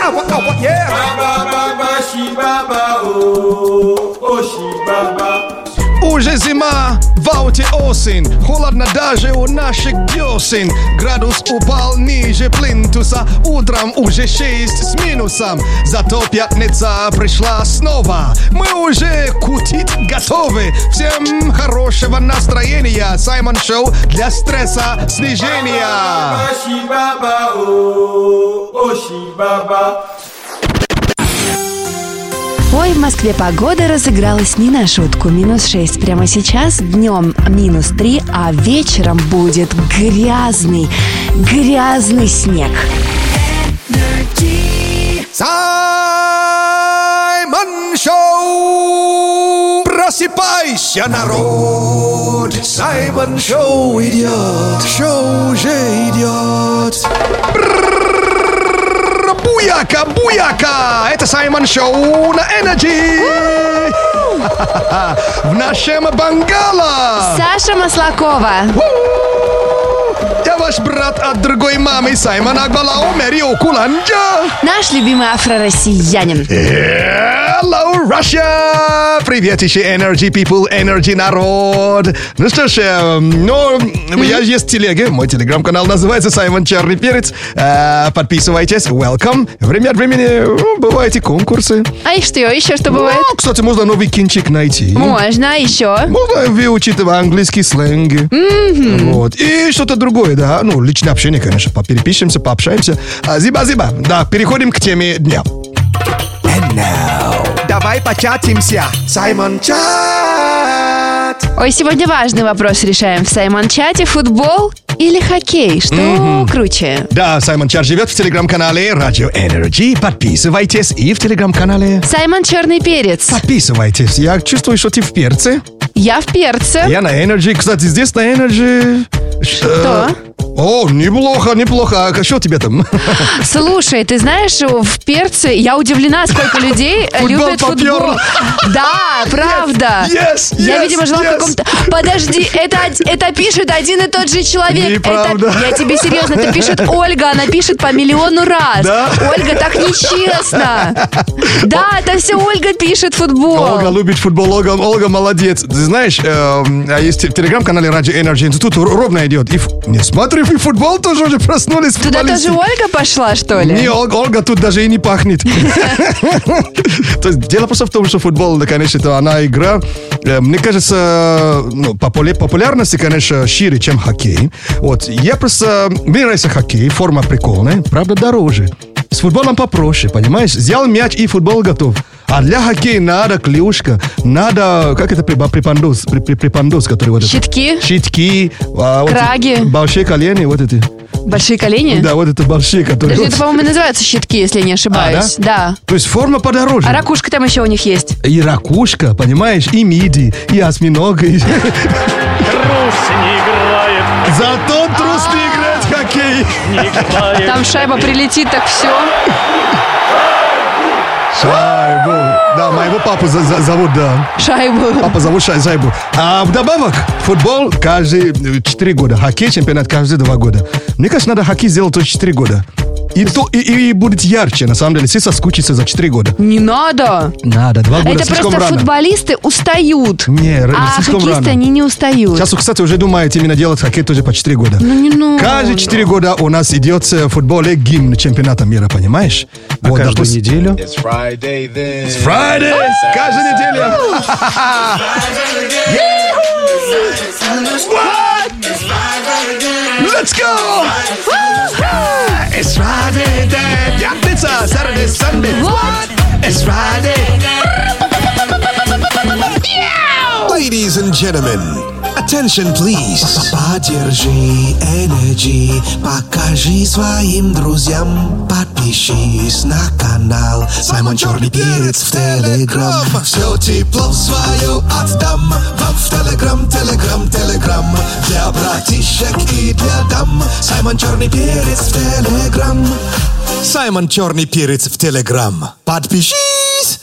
[SPEAKER 1] Уже зима, в ауте осень Холодно даже у наших десен Градус упал ниже плинтуса Утром уже 6 с минусом Зато пятница пришла снова Мы уже кутить готовы Всем хорошего настроения Саймон Шоу для стресса снижения
[SPEAKER 2] Ой, в Москве погода разыгралась не на шутку. Минус 6 прямо сейчас, днем минус 3, а вечером будет грязный, грязный снег.
[SPEAKER 7] Саймон Шоу! Просыпайся, народ! Саймон Шоу идет! Шоу уже идет!
[SPEAKER 1] Буяка, буяка! Это Саймон Шоу на Energy! В нашем бангало!
[SPEAKER 2] Саша Маслакова.
[SPEAKER 1] Я ваш брат от другой мамы Саймон Акбалао Мэрио Куланджа.
[SPEAKER 2] Наш любимый афро-россиянин.
[SPEAKER 1] Hello, Russia! Привет еще Energy People, Energy народ! Ну что ж, эм, ну, у меня есть телега, мой телеграм-канал называется Саймон Черный Перец. Э, Подписывайтесь, welcome. Время от времени ну, бывают и конкурсы.
[SPEAKER 2] А и что еще что бывает?
[SPEAKER 1] Ну, кстати, можно новый кинчик найти.
[SPEAKER 2] Можно а еще.
[SPEAKER 1] Можно выучить английский сленг. Вот. И что-то другое, да. Ну, личное общение, конечно. Поперепишемся, пообщаемся. А, Зиба-зиба. Да, переходим к теме дня.
[SPEAKER 7] And now, давай початимся! Саймон Чат!
[SPEAKER 2] Ой, сегодня важный вопрос решаем в Саймон-чате. Футбол или хоккей? Что круче?
[SPEAKER 1] Да, Саймон Чар живет в телеграм-канале Radio Energy. Подписывайтесь и в телеграм-канале.
[SPEAKER 2] Саймон Черный Перец.
[SPEAKER 1] Подписывайтесь. Я чувствую, что ты в перце.
[SPEAKER 2] Я в перце.
[SPEAKER 1] Я на Energy. Кстати, здесь на Energy...
[SPEAKER 2] Что?
[SPEAKER 1] О, неплохо, неплохо. А что тебе там?
[SPEAKER 2] Слушай, ты знаешь, в Перце я удивлена, сколько людей
[SPEAKER 1] Футбол
[SPEAKER 2] любят футбол. Да, правда.
[SPEAKER 1] yes,
[SPEAKER 2] Я,
[SPEAKER 1] yes,
[SPEAKER 2] видимо, жила в
[SPEAKER 1] yes.
[SPEAKER 2] каком-то... Подожди, это, од- это пишет один и тот же человек. Это-
[SPEAKER 1] Неправда.
[SPEAKER 2] Я тебе серьезно, это пишет Ольга, она пишет по миллиону раз.
[SPEAKER 1] Да?
[SPEAKER 2] Ольга, так нечестно. Да, это все Ольга пишет
[SPEAKER 1] Олга
[SPEAKER 2] футбол.
[SPEAKER 1] любит футбол, Олга, Олга молодец. Ты знаешь, эм, а есть в телеграм-канале Раджи Energy Институт р- ровно идет. И, ф- не смотри, и футбол тоже уже проснулись.
[SPEAKER 2] Туда
[SPEAKER 1] футболисты.
[SPEAKER 2] тоже Ольга пошла, что ли?
[SPEAKER 1] Не, Ольга, Ольга тут даже и не пахнет. То есть дело просто в том, что футбол, да, конечно, это она игра. э, Мне кажется, ну, популя- популярности, конечно, шире, чем хоккей. Вот, я просто... Мне нравится хоккей, форма прикольная, правда, дороже. С футболом попроще, понимаешь? Взял мяч и футбол готов. А для хоккея надо клюшка, надо, как это, приба- припандус, при- при- припандус, который вот это-
[SPEAKER 2] Щитки?
[SPEAKER 1] Щитки. а, вот
[SPEAKER 2] Краги?
[SPEAKER 1] эти Большие колени, вот эти.
[SPEAKER 2] Большие колени?
[SPEAKER 1] Да, вот это большие, которые...
[SPEAKER 2] Это, по-моему, и называются щитки, если я не ошибаюсь.
[SPEAKER 1] А,
[SPEAKER 2] Да.
[SPEAKER 1] То есть форма подороже.
[SPEAKER 2] А ракушка там еще у них есть.
[SPEAKER 1] И ракушка, понимаешь, и миди, и осьминог. и-
[SPEAKER 9] Трус не играет,
[SPEAKER 1] Зато трус не играет в хоккей.
[SPEAKER 9] не играет.
[SPEAKER 2] А Там шайба прилетит, так все.
[SPEAKER 1] Шайбу. Да, моего папу за- за- зовут, да.
[SPEAKER 2] Шайбу.
[SPEAKER 1] Папа зовут Шай- Шайбу. А вдобавок, футбол э, каждые 4 года. Хоккей, чемпионат каждые 2 года. Мне кажется, надо хоккей сделать только 4 года. И, то, и, и будет ярче, на самом деле. Все соскучатся за 4 года.
[SPEAKER 2] Не надо.
[SPEAKER 1] Надо, два года
[SPEAKER 2] Это
[SPEAKER 1] слишком
[SPEAKER 2] просто
[SPEAKER 1] рано.
[SPEAKER 2] футболисты устают.
[SPEAKER 1] Не, р-
[SPEAKER 2] а
[SPEAKER 1] слишком
[SPEAKER 2] хоккеисты,
[SPEAKER 1] рано.
[SPEAKER 2] они не устают.
[SPEAKER 1] Сейчас, кстати, уже думают именно делать хоккей уже по 4 года.
[SPEAKER 2] Ну, не надо.
[SPEAKER 1] Каждые 4 года у нас идет э, в футболе гимн чемпионата мира, понимаешь?
[SPEAKER 3] А каждую
[SPEAKER 1] допустим,
[SPEAKER 3] неделю.
[SPEAKER 4] It's Friday then.
[SPEAKER 1] Friday! Каждую неделю! Yeah! What? Let's go! It's Friday then! Я пятница, Saturday, Sunday. What? It's Friday!
[SPEAKER 5] Ladies and gentlemen, attention please. Поддержи Energy, покажи своим друзьям, подпишись на канал. Саймон Черный Перец в Телеграм. Все тепло свое отдам вам в Телеграм, Телеграм, Телеграм. Для братишек и для дам. Саймон Черный Перец в Телеграм. Саймон Черный Перец в Телеграм. Подпишись!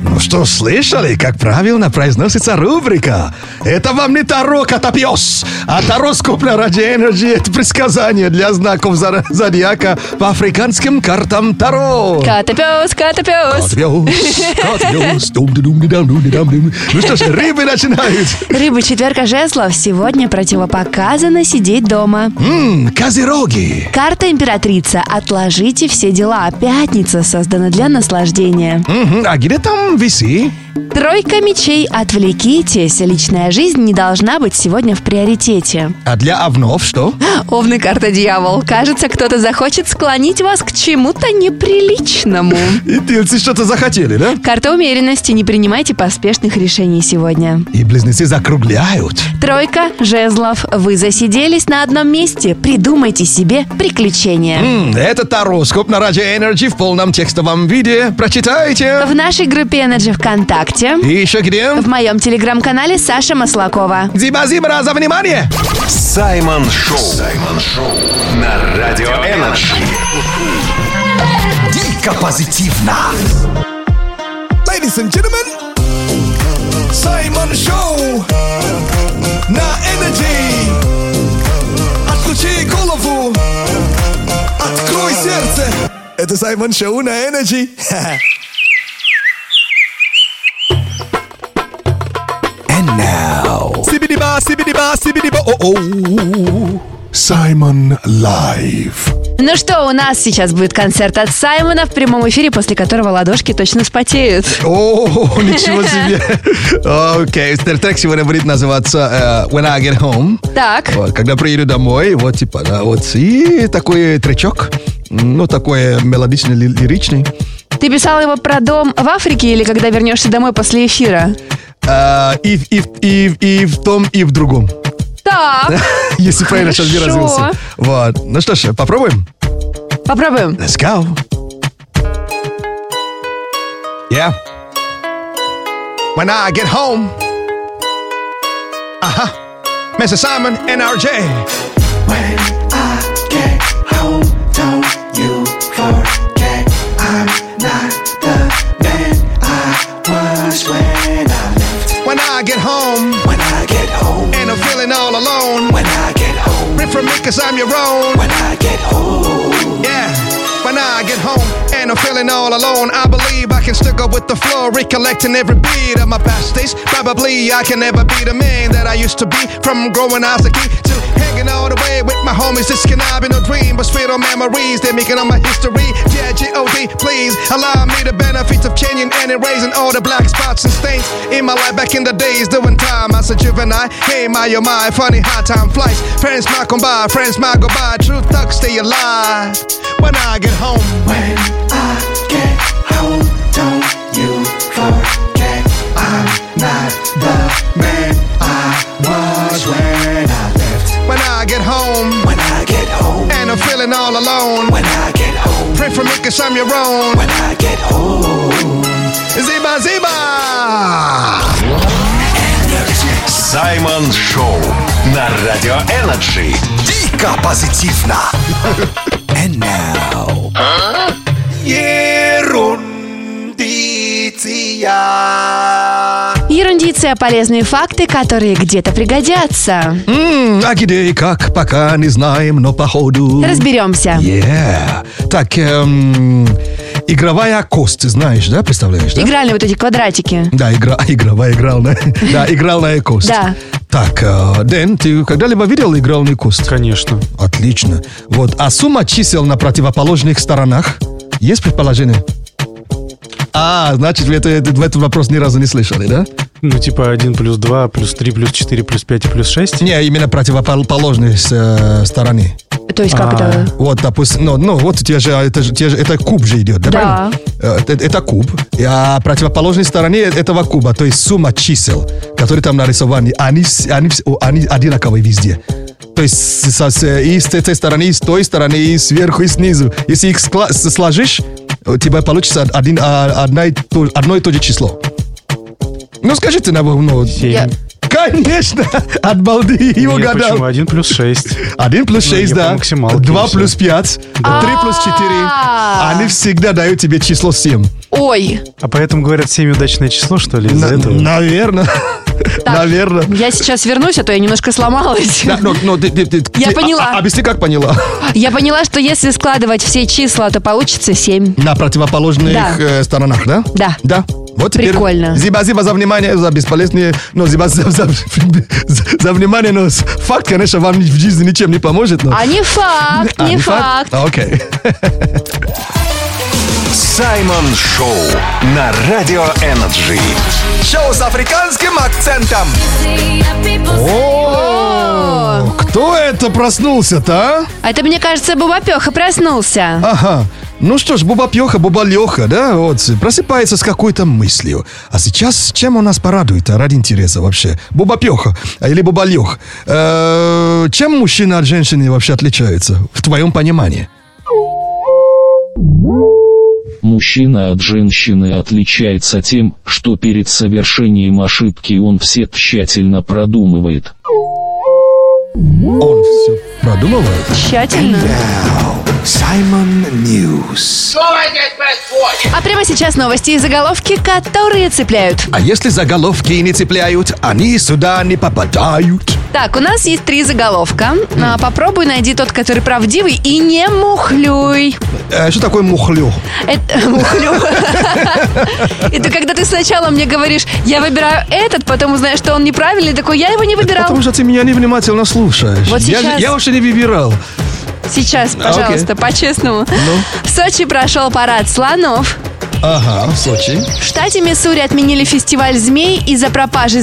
[SPEAKER 1] Ну что, слышали, как правильно произносится рубрика? Это вам не Таро Котопьес, а Таро Скупля Ради Энерджи. Это предсказание для знаков зо- зодиака по африканским картам Таро.
[SPEAKER 2] Катапёс, катапёс.
[SPEAKER 1] Котопьес, котопьес, дум-дум-дум-дум-дум-дум. Ну что ж, рыбы начинают.
[SPEAKER 2] Рыба четверка жезлов сегодня противопоказано сидеть дома.
[SPEAKER 1] М, Козероги.
[SPEAKER 2] Карта императрица. Отложите все дела. Пятница создана для наслаждения.
[SPEAKER 1] Мгм, А где там виси?
[SPEAKER 2] Тройка мечей. Отвлекитесь. Личная жизнь не должна быть сегодня в приоритете.
[SPEAKER 1] А для овнов что?
[SPEAKER 2] Овны карта дьявол. Кажется, кто-то захочет склонить вас к чему-то неприличному.
[SPEAKER 1] И тельцы что-то захотели, да?
[SPEAKER 2] Карта умеренности. Не принимайте поспешных решений сегодня.
[SPEAKER 1] И близнецы закругляют.
[SPEAKER 2] Тройка жезлов. Вы засиделись на одном месте. Придумайте себе приключения.
[SPEAKER 1] М, Это Тароскоп на Радио Энерджи в полном текстовом виде. Прочитайте.
[SPEAKER 2] В нашей группе Energy ВКонтакте.
[SPEAKER 1] И еще где?
[SPEAKER 2] В моем телеграм-канале Саша Маслакова.
[SPEAKER 1] Зиба-зибра за внимание!
[SPEAKER 6] Саймон Шоу. Саймон Шоу на Радио Энерджи.
[SPEAKER 7] Дико позитивно. Ladies and gentlemen, Саймон Шоу на Energy. Отключи голову, открой сердце. Это Саймон Шоу на Energy. And now... Сибидиба, сибидиба, сибидиба,
[SPEAKER 1] oh,
[SPEAKER 7] о-о. Саймон Лайв.
[SPEAKER 2] Ну что, у нас сейчас будет концерт от Саймона в прямом эфире, после которого ладошки точно спотеют.
[SPEAKER 1] О, ничего себе! Окей, трек сегодня будет называться э, When I Get Home.
[SPEAKER 2] Так,
[SPEAKER 1] Вот, Когда приеду домой, вот типа, да, вот и такой тречок, ну такой мелодичный, ли- лиричный.
[SPEAKER 2] ты писал его про дом в Африке или когда вернешься домой после эфира?
[SPEAKER 1] А, и, в- и, в- и, в- и в том, и в другом.
[SPEAKER 2] Так,
[SPEAKER 1] Если правильно сейчас
[SPEAKER 2] Хорошо.
[SPEAKER 1] выразился. Вот. Ну что ж, попробуем?
[SPEAKER 2] попробуем.
[SPEAKER 1] Let's go. Yeah. When I get home. Ага. Mr. Simon, NRJ. When I get home,
[SPEAKER 5] When I get home,
[SPEAKER 1] and I'm feeling all alone.
[SPEAKER 5] when I get home,
[SPEAKER 1] Rip from me, cause I'm your own.
[SPEAKER 5] when I get home.
[SPEAKER 1] Yeah, when I get home and I'm feeling all alone, I believe I can still go with the flow, recollecting every beat of my past days. Probably I can never be the man that I used to be, from growing out the key to hanging all the way with my homies. This cannot be no dream, but sweet on memories they're making on my history. Yeah, G-O-D, please allow me the benefits of changing and erasing all the black spots and stains in my life back in the days doing time as a juvenile. Hey, my, oh my, funny how time flies. Friends might come by, friends might go by. True thugs stay alive when I get home. When I get home
[SPEAKER 5] When I get home,
[SPEAKER 1] and I'm feeling all alone,
[SPEAKER 5] when I get home,
[SPEAKER 1] pray for me cause I'm your own.
[SPEAKER 5] when I get home.
[SPEAKER 1] Ziba, ziba!
[SPEAKER 6] Саймон Шоу на Радио Энерджи.
[SPEAKER 7] Дико позитивно. And now... Ерундиция.
[SPEAKER 2] Рубрикация «Полезные факты, которые где-то пригодятся».
[SPEAKER 1] М, А где и как, пока не знаем, но походу...
[SPEAKER 2] Разберемся.
[SPEAKER 1] Yeah. Так, эм, игровая кость, знаешь, да, представляешь, да?
[SPEAKER 2] Играли вот эти квадратики.
[SPEAKER 1] Да, игра, игровая игральная. Да, игральная кость.
[SPEAKER 2] Да.
[SPEAKER 1] Так, э, Дэн, ты когда-либо видел игральную кость?
[SPEAKER 3] Конечно.
[SPEAKER 1] Отлично. Вот, а сумма чисел на противоположных сторонах? Есть предположение? А, значит, вы это, это- в этот вопрос ни разу не слышали, да?
[SPEAKER 3] Ну, типа 1 плюс 2, плюс 3, плюс 4, плюс 5 и плюс 6.
[SPEAKER 1] Не, именно противоположной э, стороны.
[SPEAKER 2] То есть как
[SPEAKER 3] А.
[SPEAKER 2] это?
[SPEAKER 1] Вот, допустим, ну, ну вот у тебя же, это, же- те же- это куб же идет, да,
[SPEAKER 2] Да.
[SPEAKER 1] правильно? Э, Это, это куб, И, а противоположной стороне э, этого куба, то есть сумма чисел, которые там нарисованы, они, вс- они, вс- о, они одинаковые везде. То есть с- со- с- и с этой стороны, и с той стороны, и сверху, и снизу. Если их скла- с- сложишь, у тебя получится один, а, одна и то- одно и то же число. Ну, скажите нам, ну...
[SPEAKER 2] Я-
[SPEAKER 1] Конечно, от балды его
[SPEAKER 3] Нет,
[SPEAKER 1] угадал.
[SPEAKER 3] почему? 1 плюс 6.
[SPEAKER 1] 1 плюс
[SPEAKER 3] Ну,
[SPEAKER 1] 6,
[SPEAKER 3] я по
[SPEAKER 1] да.
[SPEAKER 3] максималке
[SPEAKER 1] 2
[SPEAKER 3] и всё.
[SPEAKER 1] плюс 5, 3 плюс 4.
[SPEAKER 2] А.
[SPEAKER 1] Они всегда дают тебе число 7.
[SPEAKER 2] Ой,
[SPEAKER 3] А поэтому говорят 7 удачное число, что ли, из-за этого?
[SPEAKER 1] Наверное. Наверное.
[SPEAKER 2] я сейчас вернусь, а то я немножко сломалась. Я поняла.
[SPEAKER 1] ну, а, Объясни, как поняла.
[SPEAKER 2] Я поняла, что если складывать все числа, то получится 7.
[SPEAKER 1] На противоположных
[SPEAKER 2] Да.
[SPEAKER 1] э, сторонах, да?
[SPEAKER 2] Да.
[SPEAKER 1] Да. Вот теперь.
[SPEAKER 2] Прикольно.
[SPEAKER 1] Зиба-зиба за внимание, за бесполезные... Ну, зиба за, за- за- за внимание, но с- факт, конечно, вам в жизни ничем не поможет, но...
[SPEAKER 2] А не факт,
[SPEAKER 1] А,
[SPEAKER 2] не факт.
[SPEAKER 1] А, Окей.
[SPEAKER 6] Саймон Шоу на Радио Энерджи.
[SPEAKER 7] Шоу с африканским акцентом.
[SPEAKER 1] О, Кто это проснулся-то, а?
[SPEAKER 2] А это, мне кажется, Бубапеха проснулся.
[SPEAKER 1] Ага. Ну что ж, Буба Пьеха, Буба Леха, да, вот, просыпается с какой-то мыслью. А сейчас чем он нас порадует, а, ради интереса вообще? Буба Пьеха а, или Буба Лех. Э, чем мужчина от женщины вообще отличается, в твоем понимании?
[SPEAKER 10] Мужчина от женщины отличается тем, что перед совершением ошибки он все тщательно продумывает.
[SPEAKER 1] Он все продумывает.
[SPEAKER 2] Тщательно.
[SPEAKER 7] Саймон Ньюс.
[SPEAKER 2] А прямо сейчас новости и заголовки, которые цепляют.
[SPEAKER 1] А если заголовки не цепляют, они сюда не попадают.
[SPEAKER 2] Так, у нас есть три заголовка. А, попробуй найди тот, который правдивый, и не мухлюй.
[SPEAKER 1] Э, что такое мухлю?
[SPEAKER 2] Это, мухлю. Это когда ты сначала мне говоришь, я выбираю этот, потом узнаешь, что он неправильный, такой, я его не выбирал.
[SPEAKER 1] Потому что ты меня невнимательно слушаешь.
[SPEAKER 2] Вот
[SPEAKER 1] я, же-
[SPEAKER 2] сейчас-
[SPEAKER 1] я вообще не выбирал.
[SPEAKER 2] Сейчас, пожалуйста, по-честному. В Сочи прошел парад слонов.
[SPEAKER 1] Ну? Ага, в Сочи.
[SPEAKER 2] В штате Миссури отменили фестиваль змей из-за пропажи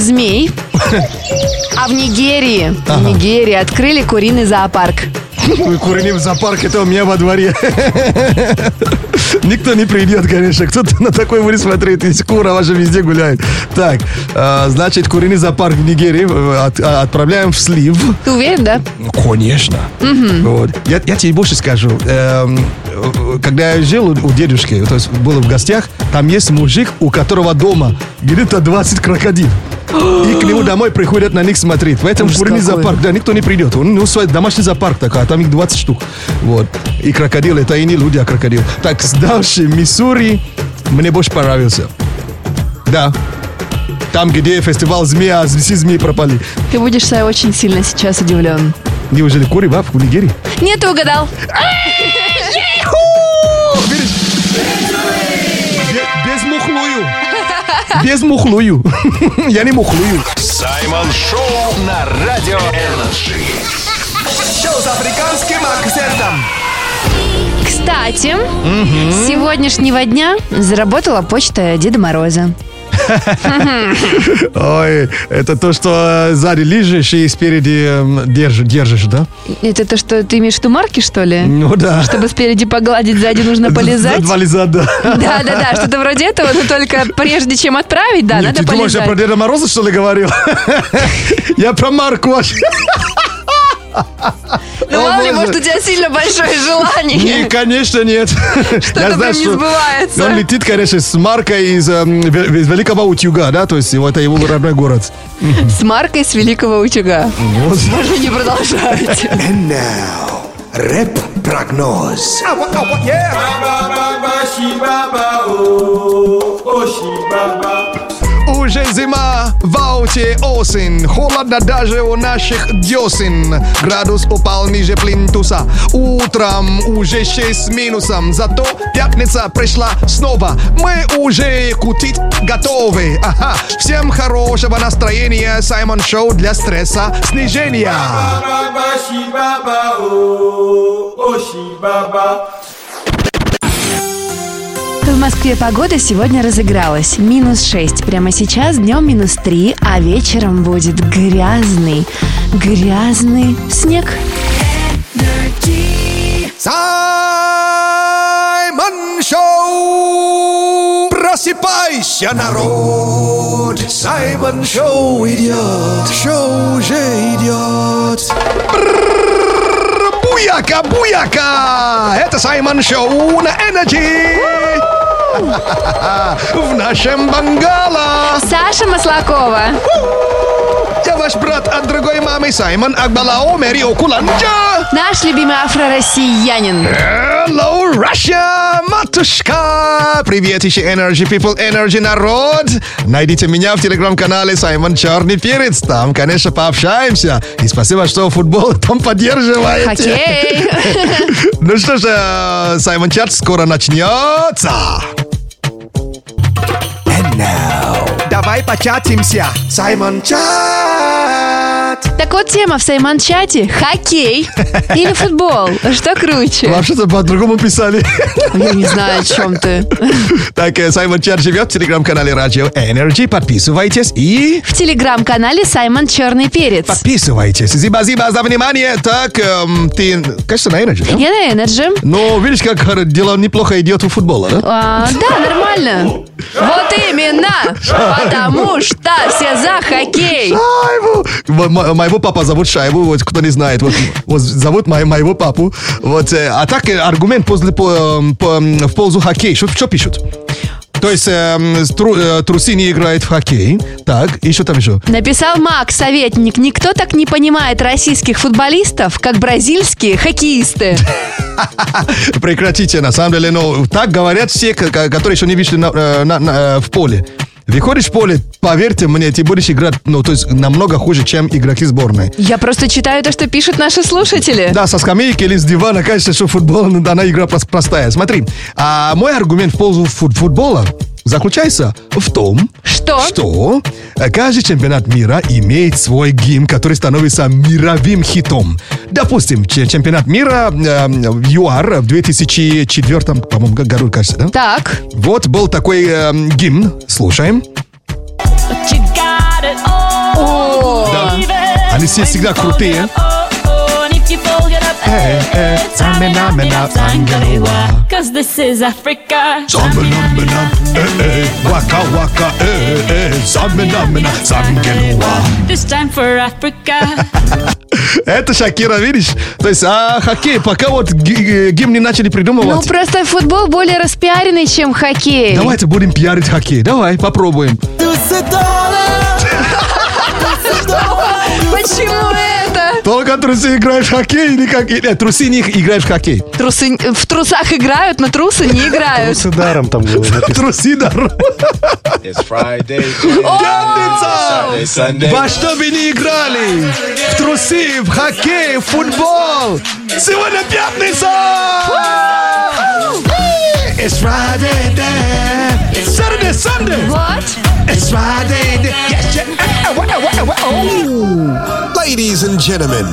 [SPEAKER 2] змей. А в Нигерии, в
[SPEAKER 1] Ага.
[SPEAKER 2] Нигерии открыли куриный зоопарк.
[SPEAKER 1] Ой, курни в зоопарке, это у меня во дворе. Никто не придет, конечно. Кто-то на такой вырез смотрит, и кура ваша везде гуляет. Так, э, значит, куриный зоопарк в Нигерии э, от- а, отправляем в слив.
[SPEAKER 2] Ты уверен, да?
[SPEAKER 1] Ну, конечно. Вот. Я, я тебе больше скажу. Эм, э, когда я жил у, у дедушки, то есть был в гостях, там есть мужик, у которого дома где-то 20 крокодил. И к нему домой приходят на них смотреть. Поэтому
[SPEAKER 2] Ужас
[SPEAKER 1] куриный
[SPEAKER 2] какой.
[SPEAKER 1] зоопарк, да, никто не придет. Он, ну, свой домашний зоопарк такой, а там их 20 штук. Вот. И крокодил, это и не люди, а крокодил. Так, дальше Миссури мне больше понравился. Да. Там, где фестиваль змеи, а все змеи пропали.
[SPEAKER 2] Ты будешь Сай, очень сильно сейчас удивлен.
[SPEAKER 1] Неужели кури, баб, в Нигерии?
[SPEAKER 2] Нет, ты угадал.
[SPEAKER 1] Видишь? Бе- Без мухлую. Без мухлую. Я не мухлую.
[SPEAKER 6] Саймон Шоу на Радио Энерджи.
[SPEAKER 7] Шоу с африканским акцентом.
[SPEAKER 2] Кстати, с сегодняшнего дня заработала почта Деда Мороза.
[SPEAKER 1] Ой, это то, что э, сзади лежишь и спереди эм, держ- держишь, да?
[SPEAKER 2] Это то, что ты имеешь в виду марки, что ли?
[SPEAKER 1] Ну да.
[SPEAKER 2] Чтобы спереди погладить, сзади нужно полезать.
[SPEAKER 1] За Два лиза, да.
[SPEAKER 2] Да, да, да, что-то вроде этого, но только прежде чем отправить, да,
[SPEAKER 1] Нет,
[SPEAKER 2] надо
[SPEAKER 1] Ну, ты думаешь, я
[SPEAKER 2] полезать.
[SPEAKER 1] про Деда Мороза, что ли, говорил? Я про Марку вообще.
[SPEAKER 2] Ну, мало ли,
[SPEAKER 1] О, боже.
[SPEAKER 2] может, у тебя сильно большое желание.
[SPEAKER 1] Не, конечно, нет. Я
[SPEAKER 2] прям не сбывается.
[SPEAKER 1] Он летит, конечно, с Маркой из, эм, Ве- из Великого Утюга, да, то есть его- это его родной город.
[SPEAKER 2] С маркой с великого утюга.
[SPEAKER 1] Вот.
[SPEAKER 2] Можно не продолжать.
[SPEAKER 7] And now, рэп-прогноз.
[SPEAKER 1] Уже зима, в ауте осень, холодно даже у наших десен. Градус упал ниже плинтуса, утром уже 6 с минусом, зато пятница пришла снова. Мы уже кутить готовы. Ага, всем хорошего настроения, Саймон Шоу для стресса снижения.
[SPEAKER 2] В Москве погода сегодня разыгралась. Минус 6. Прямо сейчас днем минус 3, а вечером будет грязный, грязный снег.
[SPEAKER 1] Саймон Шоу! Просыпайся, народ! Саймон Шоу идет, шоу уже идет. Буяка, буяка! Это Саймон Шоу на Энерджи! В нашем бангало!
[SPEAKER 2] Саша Маслакова.
[SPEAKER 1] Я ваш брат от другой мамы Саймон Акбалао Мэрио Куланджа!
[SPEAKER 2] Наш любимый афро-россиянин.
[SPEAKER 1] Hello, Russia, матушка! Привет еще Energy People, Energy народ! Найдите меня в телеграм-канале Саймон Черный Перец. Там, конечно, пообщаемся. И спасибо, что футбол там поддерживаете.
[SPEAKER 2] Хоккей.
[SPEAKER 1] Ну что же, э, Саймон Чат скоро начнется.
[SPEAKER 7] Давай початимся. Саймон Чат.
[SPEAKER 2] Так вот тема в Саймон-чате – хоккей или футбол. Что круче?
[SPEAKER 1] Вообще-то по-другому писали.
[SPEAKER 2] Я не знаю, о чем ты.
[SPEAKER 1] Так, э, Саймон Чат живет в телеграм-канале Радио Energy. Подписывайтесь и...
[SPEAKER 2] В телеграм-канале Саймон Черный Перец.
[SPEAKER 1] Подписывайтесь. Зиба-зиба за внимание. Так, эм, ты, конечно, на Energy, да?
[SPEAKER 2] Я на Энерджи.
[SPEAKER 1] Но видишь, как э, дело неплохо идет у футбола, да?
[SPEAKER 2] А, да, нормально. Вот именно. Потому что все за хоккей.
[SPEAKER 1] Шайбу! Мо- мо- Моего папа зовут Шайбу, вот кто не знает, вот, вот зовут мо- моего папу. Вот, э, а так э, аргумент после, по- эм, по- эм, в пользу хоккей, что, что пишут? То есть эм, с тру- э, трусы не играет в хоккей, так, и что там еще?
[SPEAKER 2] Написал Мак, советник. Никто так не понимает российских футболистов, как бразильские хоккеисты.
[SPEAKER 1] Прекратите, на самом деле, ну, так говорят все, к- к- которые еще не вышли на- э, на- на- э, в поле. Выходишь в поле, поверьте мне, ты будешь играть, ну, то есть намного хуже, чем игроки сборной.
[SPEAKER 2] Я просто читаю то, что пишут наши слушатели.
[SPEAKER 1] Да, со скамейки или с дивана, кажется, что футбол, ну, да, она игра прос- простая. Смотри, а мой аргумент в пользу фут- футбола заключается в том,
[SPEAKER 2] Что?
[SPEAKER 1] что э, каждый чемпионат мира имеет свой гимн, который становится мировым хитом. Допустим, че- чемпионат мира э, в ЮАР в 2004, по-моему, г- году, кажется, да?
[SPEAKER 2] Так.
[SPEAKER 1] Вот был такой э, гимн, слушаем.
[SPEAKER 2] О,
[SPEAKER 1] Они все всегда крутые. Э, э, замена-мена, ангелова. Замена-мена, э, э, вака-вака, э, э, замена-мена, замгелуа. Это Шакира, видишь? То есть, а хоккей, пока вот ги- э, гимн не начали
[SPEAKER 2] Ну,
[SPEAKER 1] придумывать.
[SPEAKER 2] просто футбол более распиаренный, чем хоккей.
[SPEAKER 1] Давайте будем пиарить хоккей. Давай, попробуем.
[SPEAKER 2] Почему это?
[SPEAKER 1] Только трусы играешь в хоккей или как? Нет, трусы не играешь в хоккей.
[SPEAKER 2] Трусы, в трусах играют, но трусы не играют.
[SPEAKER 3] С даром там было написано.
[SPEAKER 1] Трусы дорога.
[SPEAKER 4] It's Friday.
[SPEAKER 1] Пятница!
[SPEAKER 4] Saturday, Sunday.
[SPEAKER 1] Во что бы ни играли, в трусы, в хоккей, в футбол, сегодня пятница! It's Friday day, it's Saturday, Sunday,
[SPEAKER 2] Вот.
[SPEAKER 1] it's Friday day. Yes, yeah. Ah, ah, ah, ah, ah, ah, ah.
[SPEAKER 5] Ladies and gentlemen,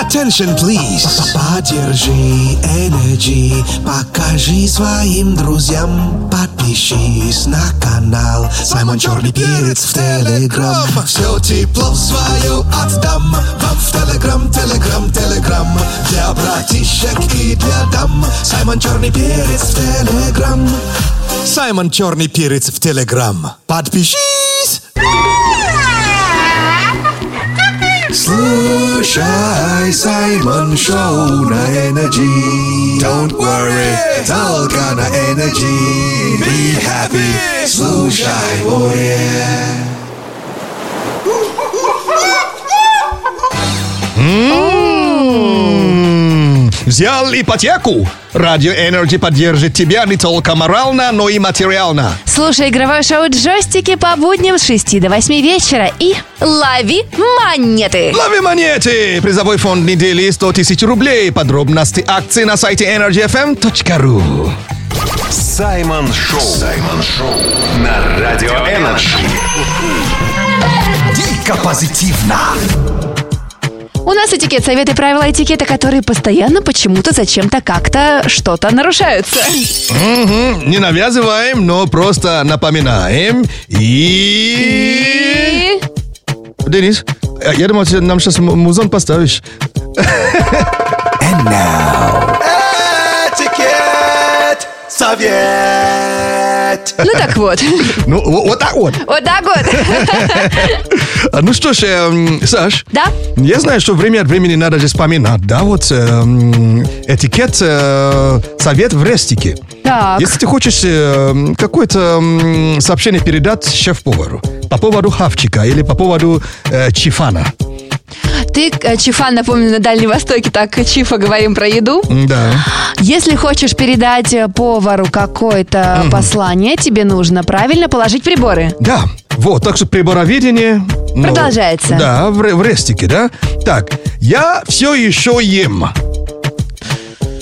[SPEAKER 5] attention please. Поддержи Energy, покажи своим друзьям, подпишись на канал. Саймон Черный Перец в Телеграм. Все тепло свое отдам вам в Телеграм, Телеграм, Телеграм. Для братишек и для дам. Саймон Черный Перец в Телеграм. Саймон Черный Перец в Телеграм. Подпишись! Слушай Саймон Шоу на Energy. Don't worry, только на Energy. Be happy, слушай, oh yeah.
[SPEAKER 1] М, Ммм. Взял ипотеку? Радио Energy поддержит тебя не только морально, но и материально.
[SPEAKER 2] Слушай игровое шоу «Джойстики» по будням с 6 до 8 вечера и лови монеты!
[SPEAKER 1] Лови монеты! Призовой фонд недели 100 тысяч рублей. Подробности акции на сайте energyfm.ru
[SPEAKER 6] Саймон Шоу. Саймон Шоу на Радио Энерджи.
[SPEAKER 7] Дико позитивно.
[SPEAKER 2] У нас этикет, советы, правила этикета, которые постоянно почему-то, зачем-то, как-то, что-то нарушаются.
[SPEAKER 1] Мгм. Не навязываем, но просто напоминаем. И...
[SPEAKER 2] И...
[SPEAKER 1] Денис, э, я думал, ты нам сейчас музон поставишь.
[SPEAKER 7] Этикет. Совет.
[SPEAKER 2] Ну так вот.
[SPEAKER 1] Ну, во- вот так вот.
[SPEAKER 2] Вот так вот.
[SPEAKER 1] А, Ну что ж, эм, Саш,
[SPEAKER 2] Да?
[SPEAKER 1] я знаю, что время от времени надо же вспоминать, да, вот эм, этикет, э, совет в рестике.
[SPEAKER 2] Так.
[SPEAKER 1] Если ты хочешь эм, какое-то эм, сообщение передать шеф-повару по поводу хавчика или по поводу э, чифана.
[SPEAKER 2] Ты, э, Чифан, напомню, на Дальнем Востоке так э, Чифа говорим про еду.
[SPEAKER 1] Да.
[SPEAKER 2] Если хочешь передать э, повару какое-то послание, тебе нужно правильно положить приборы.
[SPEAKER 1] Да, вот, так что прибороведение... ну,
[SPEAKER 2] Продолжается.
[SPEAKER 1] Да, в, ре- в рестике, да? Так, я все еще ем.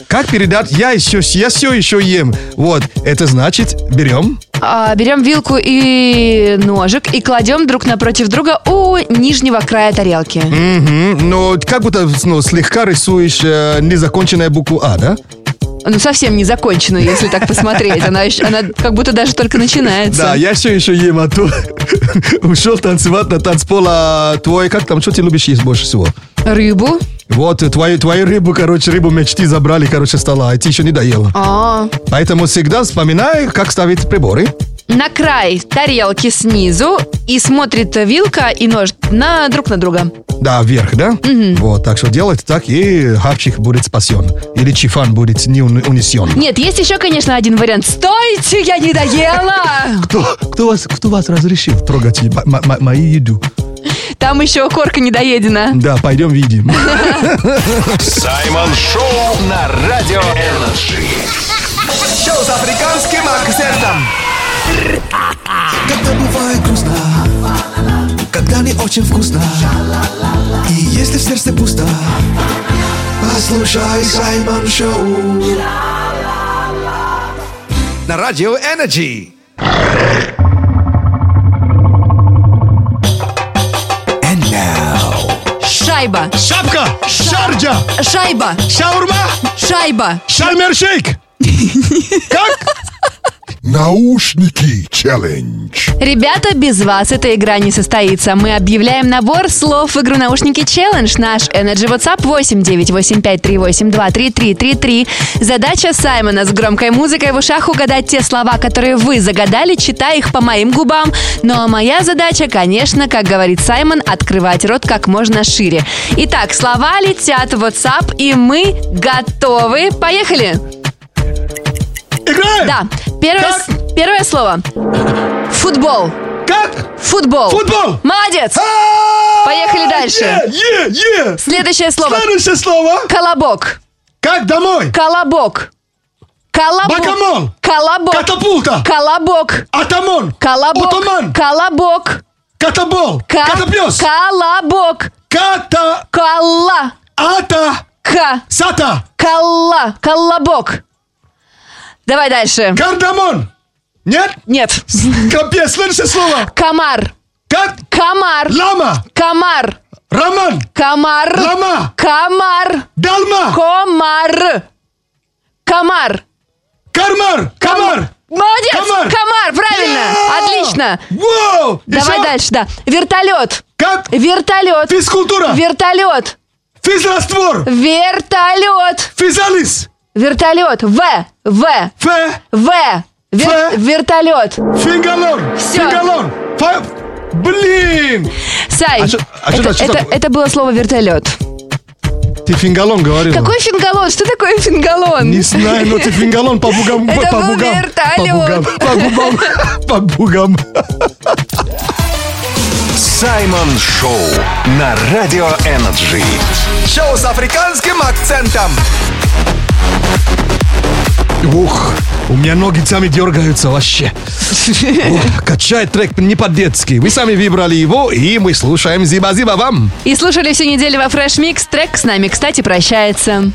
[SPEAKER 1] Как передать я еще, я все еще ем? Вот, это значит, берем...
[SPEAKER 2] А, берем вилку и ножик и кладем друг напротив друга у нижнего края тарелки.
[SPEAKER 1] Мгм, ну, как будто ну, слегка рисуешь э, незаконченную букву А, да?
[SPEAKER 2] Ну, совсем не законченную, если так посмотреть. Она, еще- она как будто даже только начинается.
[SPEAKER 1] Да, я все еще ем, а то ушел танцевать на танцпол, а твой, как там, что ты любишь есть больше всего?
[SPEAKER 2] Рыбу.
[SPEAKER 1] Вот, э, твою, твою рыбу, короче, рыбу мечты забрали, короче, со стола, а ты еще не доела.
[SPEAKER 2] А,
[SPEAKER 1] Поэтому всегда вспоминай, как ставить приборы.
[SPEAKER 2] на край тарелки снизу и смотрит вилка и нож на друг на друга.
[SPEAKER 1] Да, вверх, да? Вот, так что делать так, и хавчик будет спасен. Или чифан будет не уни- унесен.
[SPEAKER 2] Нет, есть еще, конечно, один вариант. Стойте, я не доела!
[SPEAKER 1] Кто, кто, вас, кто вас разрешил трогать м- м- м- мою еду?
[SPEAKER 2] Там еще корка не доедена.
[SPEAKER 1] Да, пойдем видим.
[SPEAKER 6] Саймон Шоу на Радио Энерджи.
[SPEAKER 7] Шоу с африканским акцентом.
[SPEAKER 5] Когда бывает грустно, когда не очень вкусно, и если в сердце пусто, послушай Саймон Шоу.
[SPEAKER 7] На радио Energy. And now.
[SPEAKER 2] Шайба,
[SPEAKER 1] Шапка! Шарджа!
[SPEAKER 2] шайба,
[SPEAKER 1] Шаурма!
[SPEAKER 2] шайба.
[SPEAKER 1] Шальмершейк! Как?
[SPEAKER 11] Наушники челлендж.
[SPEAKER 2] Ребята, без вас эта игра не состоится. Мы объявляем набор слов в игру «Наушники Челлендж». Наш Energy WhatsApp 89853823333. Задача Саймона с громкой музыкой в ушах угадать те слова, которые вы загадали, читая их по моим губам. Ну а моя задача, конечно, как говорит Саймон, открывать рот как можно шире. Итак, слова летят в WhatsApp, и мы готовы. Поехали!
[SPEAKER 1] Играем!
[SPEAKER 2] Да, первое, с- первое слово. Футбол.
[SPEAKER 1] Как?
[SPEAKER 2] Футбол.
[SPEAKER 1] Футбол! А!
[SPEAKER 2] Молодец!
[SPEAKER 11] А,
[SPEAKER 2] Поехали дальше.
[SPEAKER 1] Е, е, е!
[SPEAKER 2] Следующее слово.
[SPEAKER 1] Следующее слово!
[SPEAKER 2] Колобок.
[SPEAKER 1] Как домой?
[SPEAKER 2] Колобок. Колобок.
[SPEAKER 1] Бакамон.
[SPEAKER 2] Колобок.
[SPEAKER 1] Катапулта!
[SPEAKER 2] Колобок.
[SPEAKER 1] Атамон!
[SPEAKER 2] Колобок.
[SPEAKER 1] Атаман!
[SPEAKER 2] Колобок.
[SPEAKER 1] Катабол!
[SPEAKER 2] Ка-
[SPEAKER 1] Катапес!
[SPEAKER 2] Колобок.
[SPEAKER 1] Ката!
[SPEAKER 2] Кола.
[SPEAKER 1] Ата!
[SPEAKER 2] К.
[SPEAKER 1] Сата!
[SPEAKER 2] Кола. Колобок. Давай дальше.
[SPEAKER 1] Кардамон! Нет?
[SPEAKER 2] Нет.
[SPEAKER 1] Капец, следующее слово!
[SPEAKER 2] Комар.
[SPEAKER 1] Кат!
[SPEAKER 2] Комар.
[SPEAKER 1] Лама!
[SPEAKER 2] Комар.
[SPEAKER 1] Роман!
[SPEAKER 2] Комар.
[SPEAKER 1] Лама!
[SPEAKER 2] Комар.
[SPEAKER 1] Далма!
[SPEAKER 2] Комар. Комар.
[SPEAKER 1] Кармар! Камар!
[SPEAKER 2] Молодец!
[SPEAKER 1] Комар.
[SPEAKER 2] правильно! Отлично!
[SPEAKER 1] Воу!
[SPEAKER 2] Давай
[SPEAKER 1] Еще?
[SPEAKER 2] дальше, да. Вертолет!
[SPEAKER 1] Как?
[SPEAKER 2] Вертолет!
[SPEAKER 1] Физкультура!
[SPEAKER 2] Вертолет!
[SPEAKER 1] Физраствор!
[SPEAKER 2] Вертолет!
[SPEAKER 1] Физалис!
[SPEAKER 2] Вертолет! В! В!
[SPEAKER 1] Фе!
[SPEAKER 2] В! Вер-
[SPEAKER 1] Фэ.
[SPEAKER 2] Вертолет!
[SPEAKER 1] Фингалон!
[SPEAKER 2] Всё.
[SPEAKER 1] Фингалон! Фа- Блин!
[SPEAKER 2] Сай,
[SPEAKER 1] А чё- а чё
[SPEAKER 2] это,
[SPEAKER 1] там- чё
[SPEAKER 2] это-
[SPEAKER 1] там?
[SPEAKER 2] это было слово вертолет.
[SPEAKER 1] Ты фингалон говорил.
[SPEAKER 2] Какой фингалон? Что такое фингалон?
[SPEAKER 1] Не знаю, но ты фингалон по бугам.
[SPEAKER 2] Это
[SPEAKER 1] по
[SPEAKER 2] был
[SPEAKER 1] бугам,
[SPEAKER 2] вертолёт.
[SPEAKER 1] По бугам. По бугам. По бугам.
[SPEAKER 6] Саймон Шоу на Радио Энерджи.
[SPEAKER 7] Шоу с африканским акцентом.
[SPEAKER 1] Ух, у меня ноги сами дергаются вообще. Ух, качает трек не по-детски. Вы сами выбрали его, и мы слушаем «Зиба-зиба» вам.
[SPEAKER 2] И слушали всю неделю во Fresh Mix. Трек с нами, кстати, прощается.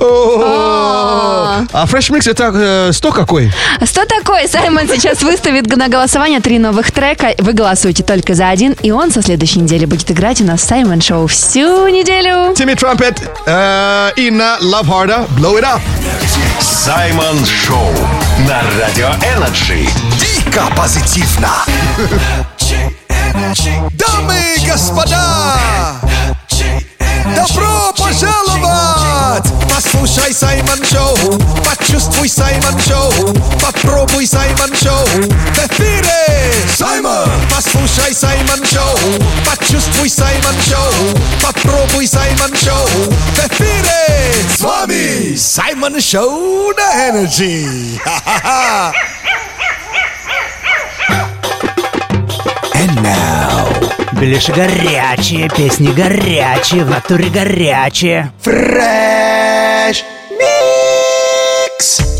[SPEAKER 1] О, А Fresh Mix это э, сто какой?
[SPEAKER 2] А Что такое? Саймон сейчас выставит на голосование три новых трека. Вы голосуете только за один, и он со следующей недели будет играть у нас в Саймон Шоу всю неделю.
[SPEAKER 1] Тимми Трампет, э, Инна Love Harder, Blow It Up.
[SPEAKER 7] Саймон Шоу на Радио Энерджи.
[SPEAKER 5] Дико позитивно. Дамы и господа, добро пожаловать! Послушай Саймон Шоу, почувствуй Саймон Шоу, попробуй Саймон Шоу. В эфире Саймон! Послушай Саймон Шоу, почувствуй Саймон Шоу, попробуй Саймон Шоу. В эфире с вами Саймон Шоу на Энерджи. Ха-ха-ха!
[SPEAKER 12] Беляши горячие, песни горячие, в натуре горячие.
[SPEAKER 5] Фрэш!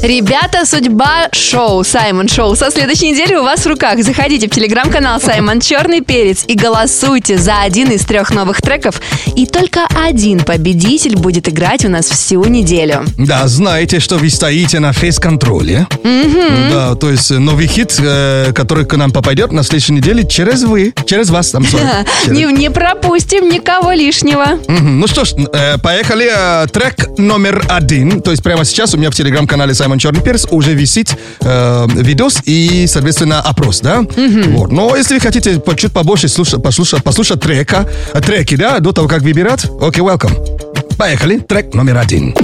[SPEAKER 2] Ребята, судьба шоу, Саймон Шоу. Со следующей недели у вас в руках. Заходите в телеграм-канал Саймон Черный Перец и голосуйте за один из трех новых треков. И только один победитель будет играть у нас всю неделю.
[SPEAKER 1] Да, знаете, что вы стоите на фейс-контроле.
[SPEAKER 2] Мгм.
[SPEAKER 1] Да, то есть э, новый хит, э, который к нам попадет на следующей неделе через вы, через вас, там
[SPEAKER 2] Не, не пропустим никого лишнего.
[SPEAKER 1] Мгм. Ну что ж, э, поехали. Э, Трек номер один. То есть прямо сейчас у меня в телеграм-канале Саймон Черный Перс уже висит э, видос и, соответственно, опрос, да? Вот. Но если вы хотите по- чуть побольше слушать, послушать, послушать трека, э, треки, да, до того, как выбирать, окей, welcome. Поехали. Трек номер один.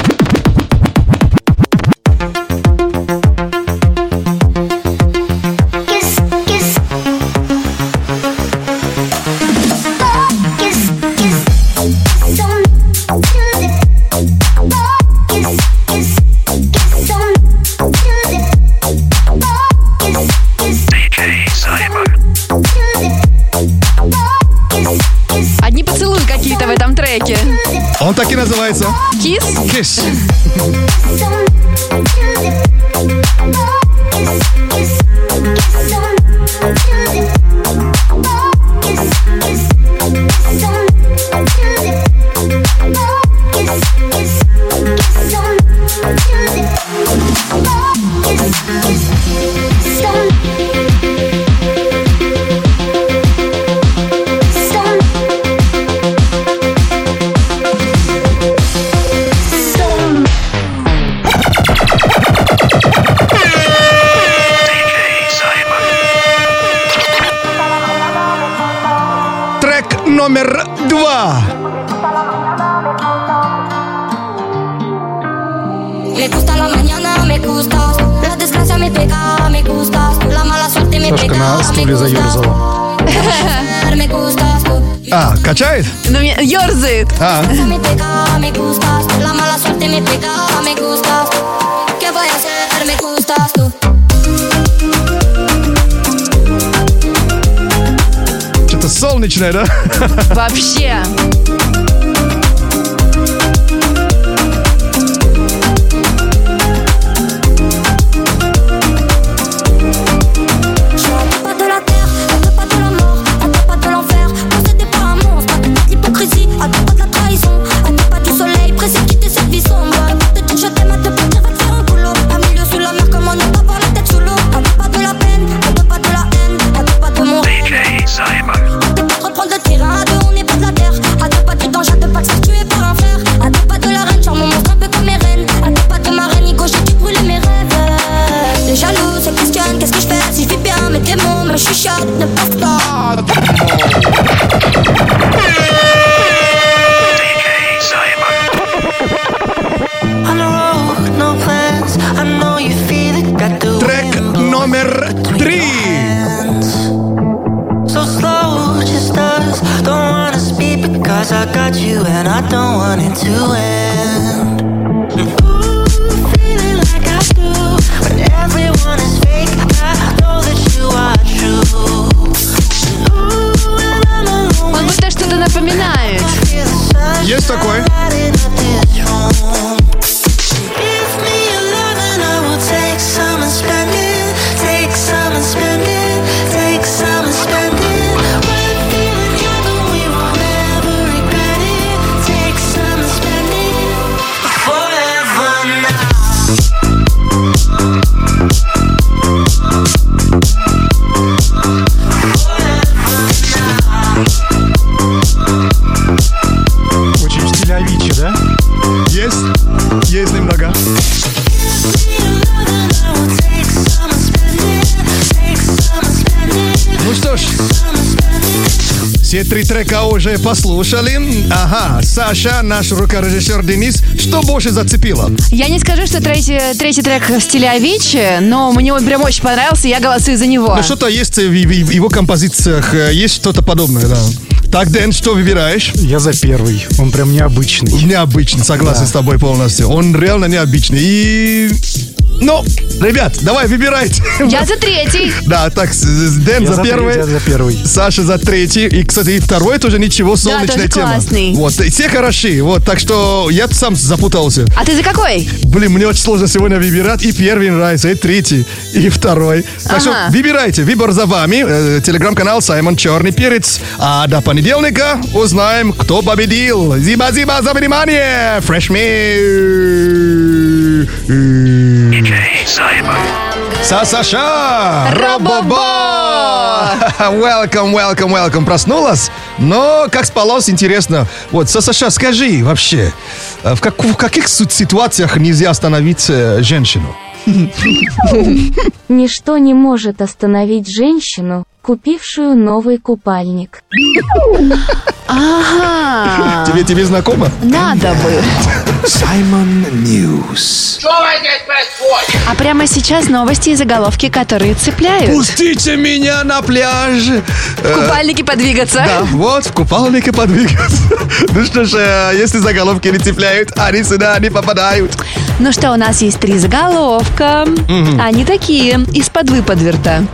[SPEAKER 2] Одни поцелуи какие-то в этом треке.
[SPEAKER 1] Он так и называется.
[SPEAKER 2] Кис?
[SPEAKER 1] Кис. Трек номер два.
[SPEAKER 13] Me gusta la mañana, me gustas. La desgracia me pega, me gustas. La mala suerte me
[SPEAKER 3] Сашка
[SPEAKER 13] pega,
[SPEAKER 3] на
[SPEAKER 13] me
[SPEAKER 3] стуле
[SPEAKER 13] gustas.
[SPEAKER 3] заерзала.
[SPEAKER 13] Me gustas,
[SPEAKER 1] А, качает?
[SPEAKER 2] Ну, мне- ерзает.
[SPEAKER 1] А.
[SPEAKER 13] me pega, me gustas. La mala suerte me pega, me gustas. ¿Qué voy a hacer? Me gustas tú.
[SPEAKER 1] Что-то солнечное, да?
[SPEAKER 2] Вообще.
[SPEAKER 13] Pas de la terre, attends pas de la mort, attends pas de l'enfer. Quand c'était pas un monstre, attends pas de l'hypocrisie, attends pas de la trahison, attends pas du soleil, pressé de quitter cette vie sombre. Attends pas de dire je t'aime, attends pas de dire va te faire un boulot. À milieu sous la mer, comme on n'a pas voir la tête sous l'eau. Attends pas de la peine, attends pas de la haine, attends pas de mon
[SPEAKER 7] DJ Саймон.
[SPEAKER 13] Attends pas de reprendre le terrain, à deux, on n'est pas de la terre. Attends pas du danger, attends pas de se faire tuer par un fer. Attends pas de la reine, genre mon monstre un peu comme mes reines. Attends pas de ma reine, Nico, j'ai dû brûler mes rêves. Les jaloux se questionnent, qu'est-ce que je fais si je vis bien mes démons me chuchotent, ne passe pas.
[SPEAKER 1] Трек номер три.
[SPEAKER 14] So slow, just us. Don't wanna speak because I got you and I don't want it to end. Ooh, feeling like I do when everyone is fake. I know that you are true. Ooh, and I'm alone.
[SPEAKER 2] Он будто что-то напоминает.
[SPEAKER 1] Есть такой.
[SPEAKER 14] Light in up this room.
[SPEAKER 1] Ну Все три трека уже послушали. Ага, Саша, наш рукорежиссер Денис, что больше зацепило?
[SPEAKER 2] Я не скажу, что третий, третий трек в стиле Авичи, но мне он прям очень понравился, и я голосую за него.
[SPEAKER 1] Ну что-то есть в в- в его композициях, э, есть что-то подобное, да. Так, Дэн, что выбираешь?
[SPEAKER 3] Я за первый. Он прям необычный.
[SPEAKER 1] Необычный, согласен
[SPEAKER 3] Да.
[SPEAKER 1] с тобой полностью. Он реально необычный. И... Ну, ребят, давай, выбирайте.
[SPEAKER 2] Я за третий.
[SPEAKER 1] Да, так, с- с- Дэн
[SPEAKER 3] Я
[SPEAKER 1] за
[SPEAKER 3] за
[SPEAKER 1] первый.
[SPEAKER 3] третий, я за первый.
[SPEAKER 1] Саша за третий. И, кстати, и второй тоже ничего, солнечная
[SPEAKER 2] тоже
[SPEAKER 1] тема.
[SPEAKER 2] классный.
[SPEAKER 1] Вот, и все хороши. Вот, так что я сам запутался.
[SPEAKER 2] А ты за какой?
[SPEAKER 1] Блин, мне очень сложно сегодня выбирать. И первый нравится, и третий, и второй. Так
[SPEAKER 2] Ага.
[SPEAKER 1] что выбирайте. Выбор за вами. Э, Телеграм-канал Саймон Черный Перец. А до понедельника узнаем, кто победил. Зиба-зиба за внимание. Fresh Me. Са Саша! Робобо! Welcome, welcome, welcome. Проснулась? Но как спалось, интересно. Вот, Са Саша, скажи вообще, э, в, как- в каких су- ситуациях нельзя остановить э, женщину?
[SPEAKER 8] Ничто не может остановить женщину, купившую новый купальник.
[SPEAKER 2] Ага.
[SPEAKER 1] Тебе, тебе знакомо?
[SPEAKER 2] Надо бы.
[SPEAKER 1] Саймон Ньюс.
[SPEAKER 2] А прямо сейчас новости и заголовки, которые цепляют.
[SPEAKER 1] Пустите меня на пляж. Э,
[SPEAKER 2] В купальнике подвигаться.
[SPEAKER 1] Да, вот, в купальнике подвигаться. Ну что ж, э, если заголовки не цепляют, они сюда не попадают.
[SPEAKER 2] Ну что, у нас есть три заголовка.
[SPEAKER 1] Мгм.
[SPEAKER 2] Они такие, из-под выподверта.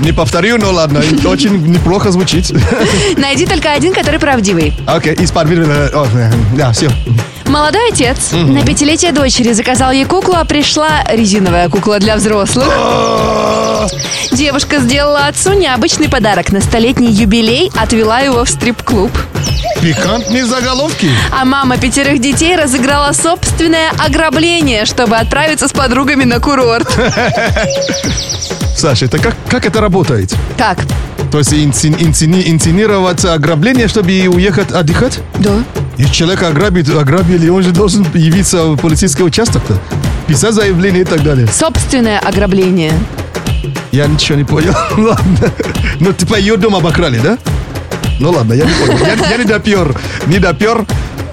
[SPEAKER 1] Не повторю, но ладно, очень неплохо звучит.
[SPEAKER 2] Найди только один, который правдивый.
[SPEAKER 1] Окей, из подвижного... о, э, Да, все.
[SPEAKER 2] Молодой отец
[SPEAKER 1] Мгм.
[SPEAKER 2] на пятилетие дочери заказал ей куклу, а пришла резиновая кукла для взрослых. Девушка сделала отцу необычный подарок. На столетний юбилей отвела его в стрип-клуб.
[SPEAKER 1] Пикантные заголовки.
[SPEAKER 2] А мама пятерых детей разыграла собственное ограбление, чтобы отправиться с подругами на курорт.
[SPEAKER 1] Саша, это как, как это работает?
[SPEAKER 2] Как?
[SPEAKER 1] То есть инци- инцини- инсценировать ограбление, чтобы и уехать отдыхать?
[SPEAKER 2] Да.
[SPEAKER 1] И человека ограбит, ограбили, он же должен явиться в полицейский участок-то, писать заявление и так далее.
[SPEAKER 2] Собственное ограбление.
[SPEAKER 1] Я ничего не понял. ладно. Ну, типа ее дом обокрали, да? Ну ладно, я не понял. Я, я не допер. Не допер.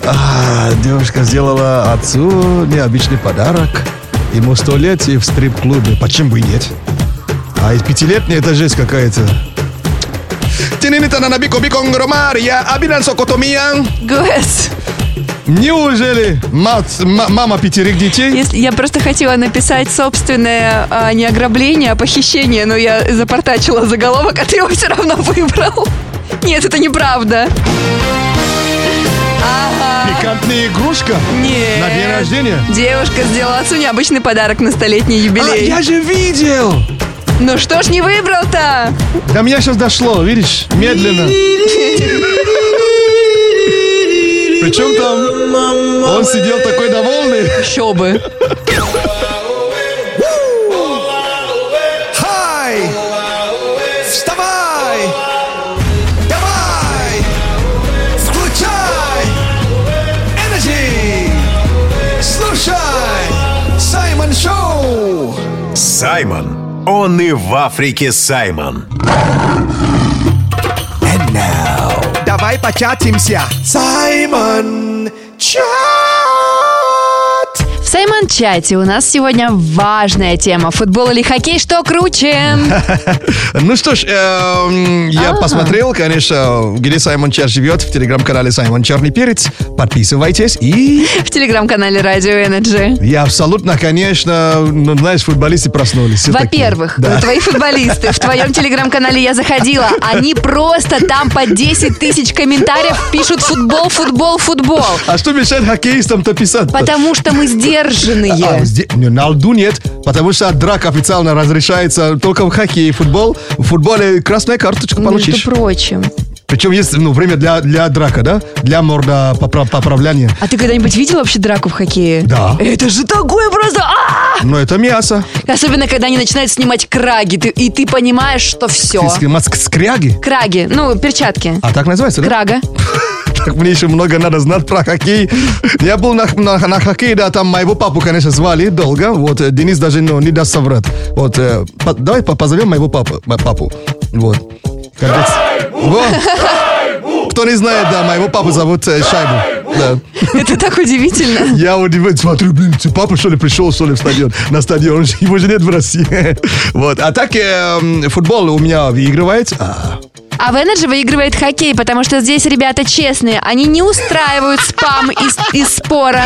[SPEAKER 1] А, девушка сделала отцу необычный подарок. Ему сто лет и в стрип-клубе. Почему бы и нет? А из пятилетней это жесть какая-то.
[SPEAKER 2] Гуэс.
[SPEAKER 1] Неужели мат- ма- мама пятерых детей?
[SPEAKER 2] Если, я просто хотела написать собственное а, не ограбление, а похищение, но я запортачила заголовок, а ты его все равно выбрал. Нет, это неправда. Ага.
[SPEAKER 1] Пикантная игрушка?
[SPEAKER 2] Нет.
[SPEAKER 1] На день рождения?
[SPEAKER 2] Девушка сделала отцу необычный подарок на столетний
[SPEAKER 1] А,
[SPEAKER 2] юбилей.
[SPEAKER 1] я же видел!
[SPEAKER 2] Ну что ж не выбрал-то?
[SPEAKER 1] До меня сейчас дошло, видишь, медленно. Причем там он сидел такой довольный.
[SPEAKER 2] Еще бы.
[SPEAKER 7] Хай! Вставай! Давай! Включай! Энерджи! Слушай! Саймон Шоу!
[SPEAKER 6] Саймон. Он и в Африке Саймон.
[SPEAKER 7] Давай початимся! Саймон Чат!
[SPEAKER 2] В Саймон-чате у нас сегодня важная тема. Футбол или хоккей, что круче?
[SPEAKER 1] Ну что ж, эм, я
[SPEAKER 2] А.
[SPEAKER 1] посмотрел, конечно, где Саймон Чар живет, в телеграм-канале Саймон Черный Перец. Подписывайтесь и...
[SPEAKER 2] В телеграм-канале Радио Energy.
[SPEAKER 1] Я абсолютно, конечно, ну, знаешь, футболисты проснулись. все такие.
[SPEAKER 2] Во-первых,
[SPEAKER 1] Да.
[SPEAKER 2] твои футболисты в твоем телеграм-канале я заходила. Они просто там по 10 тысяч комментариев пишут футбол, футбол, футбол.
[SPEAKER 1] А что мешает хоккеистам-то писать?
[SPEAKER 2] Потому что мы
[SPEAKER 1] А,
[SPEAKER 2] сдержанные.
[SPEAKER 1] зде- не, на льду нет, потому что драк официально разрешается только в хоккее. Футбол, в футболе красная карточка получишь.
[SPEAKER 2] Между прочим.
[SPEAKER 1] Причем есть ну, время для, для драка, да? Для морда попра- поправления.
[SPEAKER 2] А ты когда-нибудь видел вообще драку в хоккее?
[SPEAKER 1] Да.
[SPEAKER 2] Это же такое просто... а!
[SPEAKER 1] Но это мясо.
[SPEAKER 2] Особенно, когда они начинают снимать краги, ты- и ты понимаешь, что все.
[SPEAKER 1] Ск- маск- Скряги?
[SPEAKER 2] Краги, ну, перчатки.
[SPEAKER 1] А так называется, да?
[SPEAKER 2] Крага.
[SPEAKER 1] Так мне еще много надо знать про хоккей. Я был на, на, на хоккее, да, там моего папу, конечно, звали долго. Вот э, Денис даже ну, не даст соврать. Вот, э, по- давай по- позовем моего папу. мо- папу. Вот. Как говорится. Вот. Никто не знает, да, моего папу зовут э, Шайбу. Да.
[SPEAKER 2] Это так удивительно.
[SPEAKER 1] Я удивлен, смотрю, блин, ты папа, что ли, пришел, что ли, в стадион, на стадион, его же нет в России. Вот, а так э, м, футбол у меня выигрывает. А,
[SPEAKER 2] А в Energy выигрывает хоккей, потому что здесь ребята честные. Они не устраивают спам из, из спора.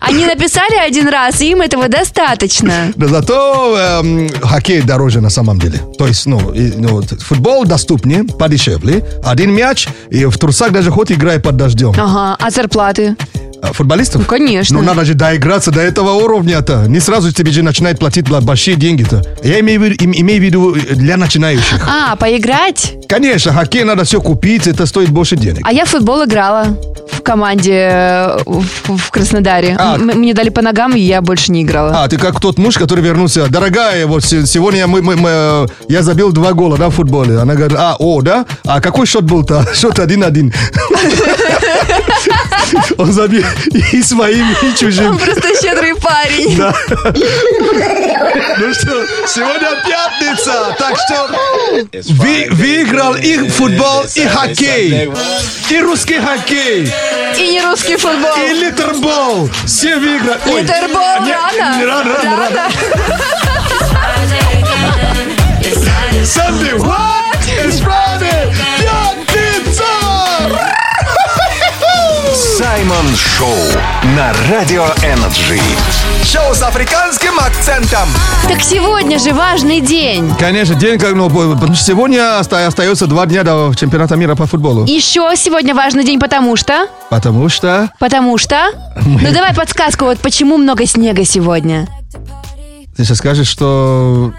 [SPEAKER 2] Они написали один раз, и им этого достаточно.
[SPEAKER 1] Да зато эм, хоккей дороже на самом деле. То есть, ну, и- ну, т- футбол доступнее, подешевле. Один мяч, и в трусах даже хоть играй под дождем.
[SPEAKER 2] Ага, а зарплаты?
[SPEAKER 1] А Футболистов?
[SPEAKER 2] Ну, конечно.
[SPEAKER 1] Ну, надо же доиграться до этого уровня-то. Не сразу тебе же начинают платить бла- большие деньги-то. Я имею, в виду- им- имею в виду э, для начинающих.
[SPEAKER 2] А, поиграть?
[SPEAKER 1] Конечно, хоккей надо все купить, это стоит больше денег.
[SPEAKER 2] А я в футбол играла в команде э, в, в Краснодаре. М- Мне дали по ногам, и я больше не играла.
[SPEAKER 1] А, ты как тот муж, который вернулся. Дорогая, вот се- сегодня я, мы- мы- мы, э, я забил два гола, да, в футболе. Она говорит, а, о, да? А какой счет был-то? Счет 1-1. Он забил и своим, и чужим.
[SPEAKER 2] Он просто щедрый парень.
[SPEAKER 1] А, Да. Ну что, сегодня пятница, так что вы- выиграл и футбол, и хоккей. И русский хоккей.
[SPEAKER 2] И не русский футбол.
[SPEAKER 1] И литербол. Все выиграли. Ой,
[SPEAKER 2] Литербол
[SPEAKER 1] не-
[SPEAKER 2] рано.
[SPEAKER 1] не Рано, рано, рано. Sunday, what? It's Friday. Пятница.
[SPEAKER 6] Саймон Шоу на Радио Энерджи.
[SPEAKER 7] Шоу с африканским акцентом.
[SPEAKER 2] Так сегодня же важный день.
[SPEAKER 1] Конечно, день как, ну, потому что сегодня оста- остается два дня до чемпионата мира по футболу.
[SPEAKER 2] Еще сегодня важный день, потому что...
[SPEAKER 1] Потому что...
[SPEAKER 2] Потому что... Ну давай подсказку, вот почему много снега сегодня.
[SPEAKER 1] Ты сейчас скажешь, что...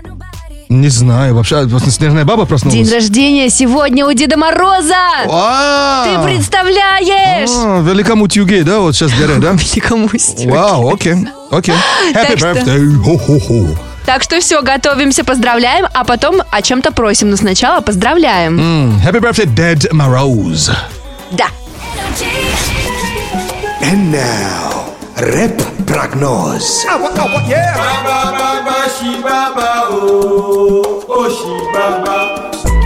[SPEAKER 1] Не знаю, вообще, просто снежная баба проснулась.
[SPEAKER 2] День рождения сегодня у Деда Мороза!
[SPEAKER 1] А,
[SPEAKER 2] Ты представляешь!
[SPEAKER 1] а, Великому тюге, да, вот сейчас говорят, да?
[SPEAKER 2] Великому тюге.
[SPEAKER 1] Вау, окей, окей. Happy
[SPEAKER 2] Так что-
[SPEAKER 1] birthday, хо-хо-хо.
[SPEAKER 2] Так что все, готовимся, поздравляем, а потом о чем-то просим. Но сначала поздравляем.
[SPEAKER 1] М, Happy birthday, Dead Moroz.
[SPEAKER 2] Да.
[SPEAKER 5] And now, рэп прогноз.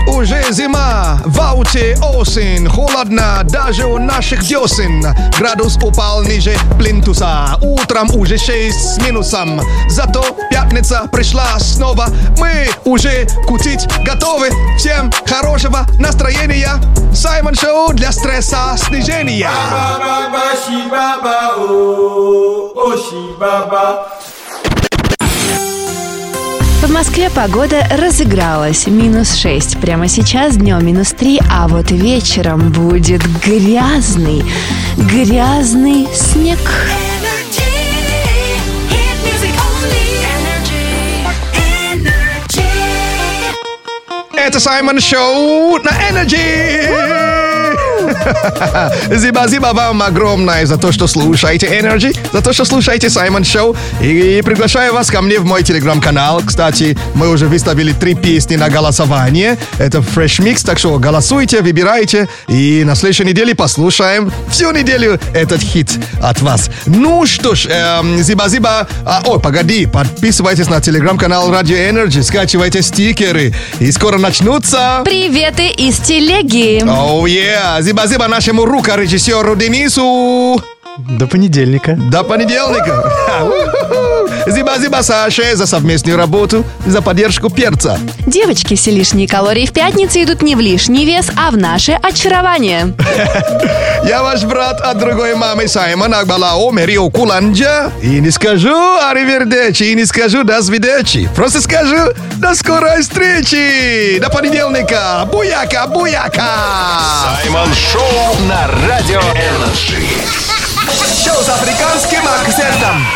[SPEAKER 1] Уже зима, в ауте осень, холодно даже у наших десен. Градус упал ниже плинтуса, утром уже 6 с минусом. Зато пятница пришла снова, мы уже кутить готовы. Всем хорошего настроения, Саймон Шоу для стресса снижения.
[SPEAKER 2] В Москве погода разыгралась. Минус 6. Прямо сейчас днем минус 3, а вот вечером будет грязный, грязный снег.
[SPEAKER 1] Это Саймон Шоу на Energy. Зиба-зиба вам огромное за то, что слушаете Energy, за то, что слушаете Саймон Шоу. И приглашаю вас ко мне в мой телеграм-канал. Кстати, мы уже выставили три песни на голосование. Это Fresh Mix, так что голосуйте, выбирайте. И на следующей неделе послушаем всю неделю этот хит от вас. Ну что ж, эм, зиба-зиба. А, ой, погоди, подписывайтесь на телеграм-канал Radio Energy, скачивайте стикеры. И скоро начнутся...
[SPEAKER 2] Приветы из телеги.
[SPEAKER 1] Оу, Oh, yeah. Зиба-зиба нашему рукорежиссеру Денису.
[SPEAKER 3] До понедельника.
[SPEAKER 1] До понедельника. Зиба-зиба Саше за совместную работу, за поддержку перца.
[SPEAKER 2] Девочки, все лишние калории в пятницу идут не в лишний вес, а в наше очарование.
[SPEAKER 1] Я ваш брат от другой мамы Саймон Акбалао Мерио Куланджа. И не скажу аривердечи, и не скажу до свидечи. Просто скажу до скорой встречи. До понедельника. Буяка, буяка.
[SPEAKER 6] Саймон Шоу на Радио Энерджи.
[SPEAKER 7] Шоу с африканским акцентом.